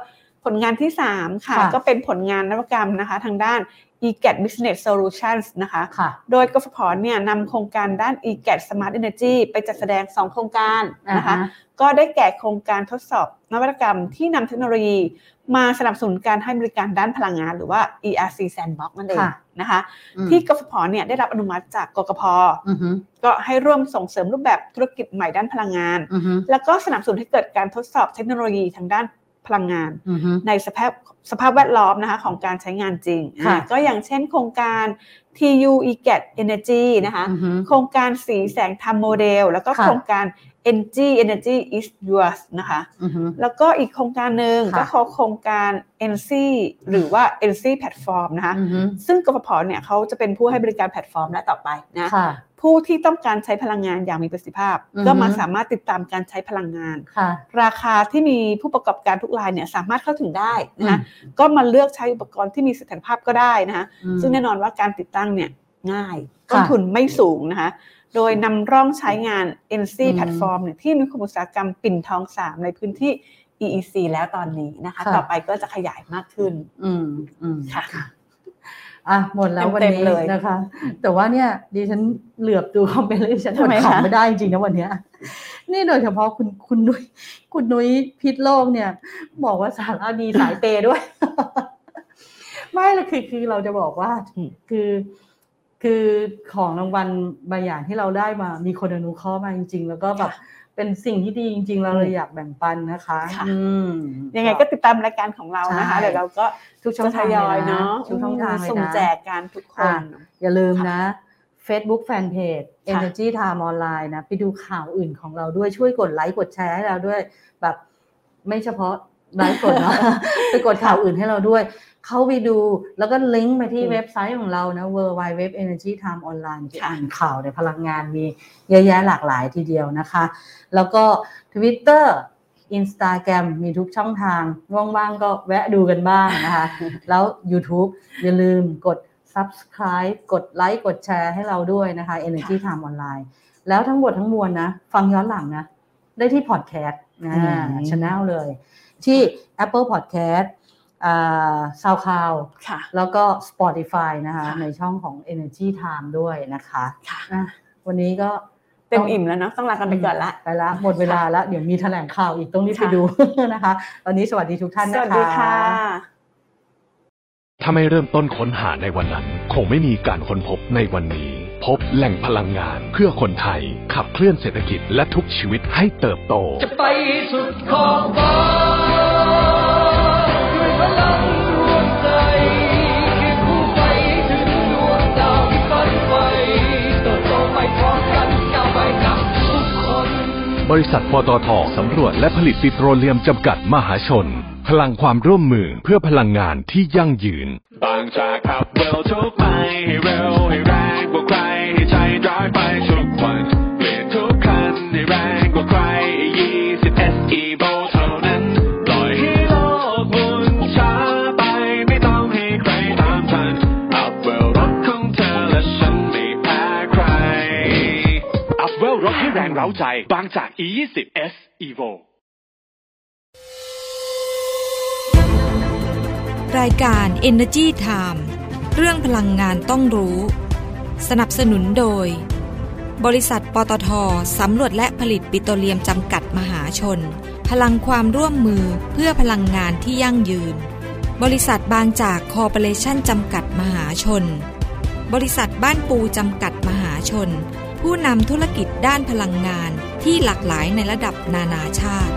[SPEAKER 6] ผลงานที่ 3 ค่ะ
[SPEAKER 5] ค่ะ
[SPEAKER 6] ก็เป็นผลงานนวัตกรรมนะคะทางด้าน e g a t Business Solutions นะคะ
[SPEAKER 5] ค่ะ
[SPEAKER 6] โดยกฟผเนี่ยนำโครงการด้าน e g a t Smart Energy ไปจัดแสดง 2 โครงการ
[SPEAKER 5] อ่า
[SPEAKER 6] นะคะ
[SPEAKER 5] ฮะ
[SPEAKER 6] ก็ได้แก่โครงการทดสอบนวัตกรรมที่นำเทคโนโลยี มาสนับสนุนการให้บริการด้านพลังงานหรือว่า ERC Sandbox นั่นเอง
[SPEAKER 5] ค่ะ
[SPEAKER 6] นะคะ
[SPEAKER 5] อืม
[SPEAKER 6] ที่กฟผเนี่ยได้รับอนุมัติจากกกพ
[SPEAKER 5] อือฮึ
[SPEAKER 6] ก็ให้ร่วมส่งเสริมรูปแบบธุรกิจใหม่ด้านพลังงาน
[SPEAKER 5] อือฮึ
[SPEAKER 6] แล้วก็สนับสนุนให้เกิดการทดสอบเทคโนโลยีทางด้านพลังงาน
[SPEAKER 5] อือฮึ
[SPEAKER 6] ในสภาพสภาพแวดล้อมนะคะของการใช้งานจริง
[SPEAKER 5] ค่ะ
[SPEAKER 6] อ่าก็อย่างเช่นโครงการ TU e g a t Energy นะคะ
[SPEAKER 5] อือฮึ
[SPEAKER 6] โครงการสีแสงทำโมเดล แล้วก็
[SPEAKER 5] ค่ะ
[SPEAKER 6] โครงการ NG Energy is yours นะคะ
[SPEAKER 5] อือฮึ
[SPEAKER 6] แล้วก็อีกโครงการหนึ่ง
[SPEAKER 5] ค่ะ
[SPEAKER 6] ก็คือโครงการ NC หรือว่า NC Platform นะคะ
[SPEAKER 5] อือฮึ
[SPEAKER 6] ซึ่งกฟผเนี่ยเขาจะเป็นผู้ให้บริการแพลตฟอร์มและต่อไปนะ
[SPEAKER 5] ค่ะ
[SPEAKER 6] ผู้ที่ต้องการใช้พลังงานอย่างมีประสิทธิภาพ
[SPEAKER 5] อือฮึ
[SPEAKER 6] ก็มาสามารถติดตามการใช้พลังงาน
[SPEAKER 5] ค่ะ
[SPEAKER 6] ราคาที่มีผู้ประกอบการทุกรายเนี่ยสามารถเข้าถึงได้นะ
[SPEAKER 5] อื
[SPEAKER 6] คะ
[SPEAKER 5] ม
[SPEAKER 6] ก็มาเลือกใช้อุปกรณ์ที่มีเสถียรภาพก็ได้นะคะ
[SPEAKER 5] อืม
[SPEAKER 6] ซึ่งแน่นอนว่าการติดตั้งเนี่ยง่าย
[SPEAKER 5] ค่ะ
[SPEAKER 6] ต้นทุนไม่สูงนะคะ โดยนำร่องใช้งาน NC
[SPEAKER 5] อืม
[SPEAKER 6] แพลตฟอร์มเนี่ยที่นิคมอุตสาหกรรมปิ่นทอง 3 ในพื้นที่ EEC แล้วตอนนี้นะคะ
[SPEAKER 5] ค่ะ
[SPEAKER 6] ต่อไปก็จะขยายมากขึ้น
[SPEAKER 5] อืมอืม
[SPEAKER 6] ค่ะ
[SPEAKER 5] อ่ะหมดแล้ววัน
[SPEAKER 6] เต็มๆ
[SPEAKER 5] นี้
[SPEAKER 6] เลย
[SPEAKER 5] นะคะ แต่ว่าเนี่ยดิฉันเหลือบดูคอมเมนต์เลยฉันอ
[SPEAKER 6] ทำ
[SPEAKER 5] ด
[SPEAKER 6] ไม
[SPEAKER 5] ขำ
[SPEAKER 6] คะ
[SPEAKER 5] ไม่ได้จริงๆนะวันเนี้ยนี่โดยเฉพาะคุณคุณนุ้ยคุณนุ้ยพิษโลกเนี่ย บอกว่าสารอาดีสายเปย์ด้วย ไม่ละคือคือเราจะบอกว่า
[SPEAKER 6] อืม
[SPEAKER 5] คือคือของรางวัลบางอย่างที่เราได้มา มีคนอนุเคราะห์มาจริง ๆ แล้วก็แบบเป็นสิ่งที่ดีจริง ๆ เราเลยอยากแบ่งปันนะคะ
[SPEAKER 6] ค่ะ
[SPEAKER 5] อืม
[SPEAKER 6] ยังไงก็ติดตามรายการของเรานะคะ
[SPEAKER 5] ใช่
[SPEAKER 6] เดี๋ยวเราก็
[SPEAKER 5] ทุกช่องทาง
[SPEAKER 6] จะทยอย
[SPEAKER 5] ล
[SPEAKER 6] เนาะ
[SPEAKER 5] ทุกช่องทางเลยนะ
[SPEAKER 6] ส่งแจกกันทุกคน
[SPEAKER 5] อ่ะ อย่าลืม
[SPEAKER 6] ค่ะ
[SPEAKER 5] นะ Facebook Fanpage
[SPEAKER 6] ค่ะ
[SPEAKER 5] Energy Time Online นะ ไปดูข่าวอื่นของเราด้วยช่วยกดไลค์กดแชร์ให้เราด้วย แบบไม่เฉพาะไลค์กด นะ ไปกดข่าวอื่นให้เราด้วย เข้าไปดูแล้วก็ลิงก์ไปที่
[SPEAKER 6] อืม
[SPEAKER 5] เว็บไซต์ของเรานะ w w w energy time online ไป
[SPEAKER 6] ค่ะ
[SPEAKER 5] อ่านข่าวในพลังงานมีเยอะแยะหลากหลายทีเดียวนะคะ แล้วก็ Twitter Instagram มีทุกช่องทาง ว่างๆก็แวะดูกันบ้างนะคะ แล้ว YouTube อย่าลืมกด subscribe กดไลค์กดแชร์ให้เราด้วยนะคะ Energy Time Online แล้วทั้งหมดทั้งมวลนะ ฟังย้อนหลังนะ ได้ที่พอดแคสต์นะ
[SPEAKER 6] อืม
[SPEAKER 5] ช n แนลเลย ที่ Apple Podcast ซาวคลาว
[SPEAKER 6] ค่ะ
[SPEAKER 5] แล้วก็ Spotify นะคะ
[SPEAKER 6] ค่ะ
[SPEAKER 5] ในช่องของ Energy Time ด้วยนะคะ
[SPEAKER 6] ค่ะ
[SPEAKER 5] อ่ะวันนี้ก็
[SPEAKER 6] เต็มอิ่มแล้วเนาะต้องลากันไปก่อนละ
[SPEAKER 5] ไปละหมดเวลาละเดี๋ยวมีแถลงข่าวอีกต้องรีบไป
[SPEAKER 6] ค่ะ
[SPEAKER 5] ดู นะคะ วันนี้สวัสดีทุกท่าน
[SPEAKER 6] ส
[SPEAKER 5] นะคะ
[SPEAKER 6] วัสดีค่ะ
[SPEAKER 2] ถ้าไม่เริ่มต้นค้นหาในวันนั้น คงไม่มีการค้นพบในวันนี้ พบแหล่งพลังงานเพื่อคนไทย ขับเคลื่อนเศรษฐกิจและทุกชีวิตให้เติบโต
[SPEAKER 3] จะไปสุดขอบฟ้าด้วยพลังดวงใจเคียงคู่ไปถึงดวงดาวที่ฝันไว้เติบโตไปพร้อมกันก้าวไปกับทุกคน
[SPEAKER 2] บริษัทปตทสำรวจและผลิตปิโตรเลียมจำกัดมหาชน พลังความร่วมมือเพื่อพลังงานที่ยั่งยืน
[SPEAKER 4] บางจากขับเร็วทุกไปให้เร็วให้แรงกว่าใครให้ใช้ร้อยไปทุกวันเปลี่ยนทุกคันให้แรงกว่าใคร20 SE v o เท่านั้นปล่อยให้โลกหมุนช้าไปไม่ต้องให้ใครตามทันอัพเวลรถของเธอและฉันไม่แพ้ใครอัพเวลรถให้แรงเร้าใจ บางจาก E20 S Evo
[SPEAKER 1] รายการ Energy Time เรื่องพลังงานต้องรู้ สนับสนุนโดย บริษัทปตทสำรวจและผลิตปิโตรเลียมจำกัดมหาชน พลังความร่วมมือเพื่อพลังงานที่ยั่งยืน บริษัทบางจากคอร์ปอเรชั่นจำกัดมหาชน บริษัทบ้านปูจำกัดมหาชน ผู้นำธุรกิจด้านพลังงานที่หลากหลายในระดับนานาชาติ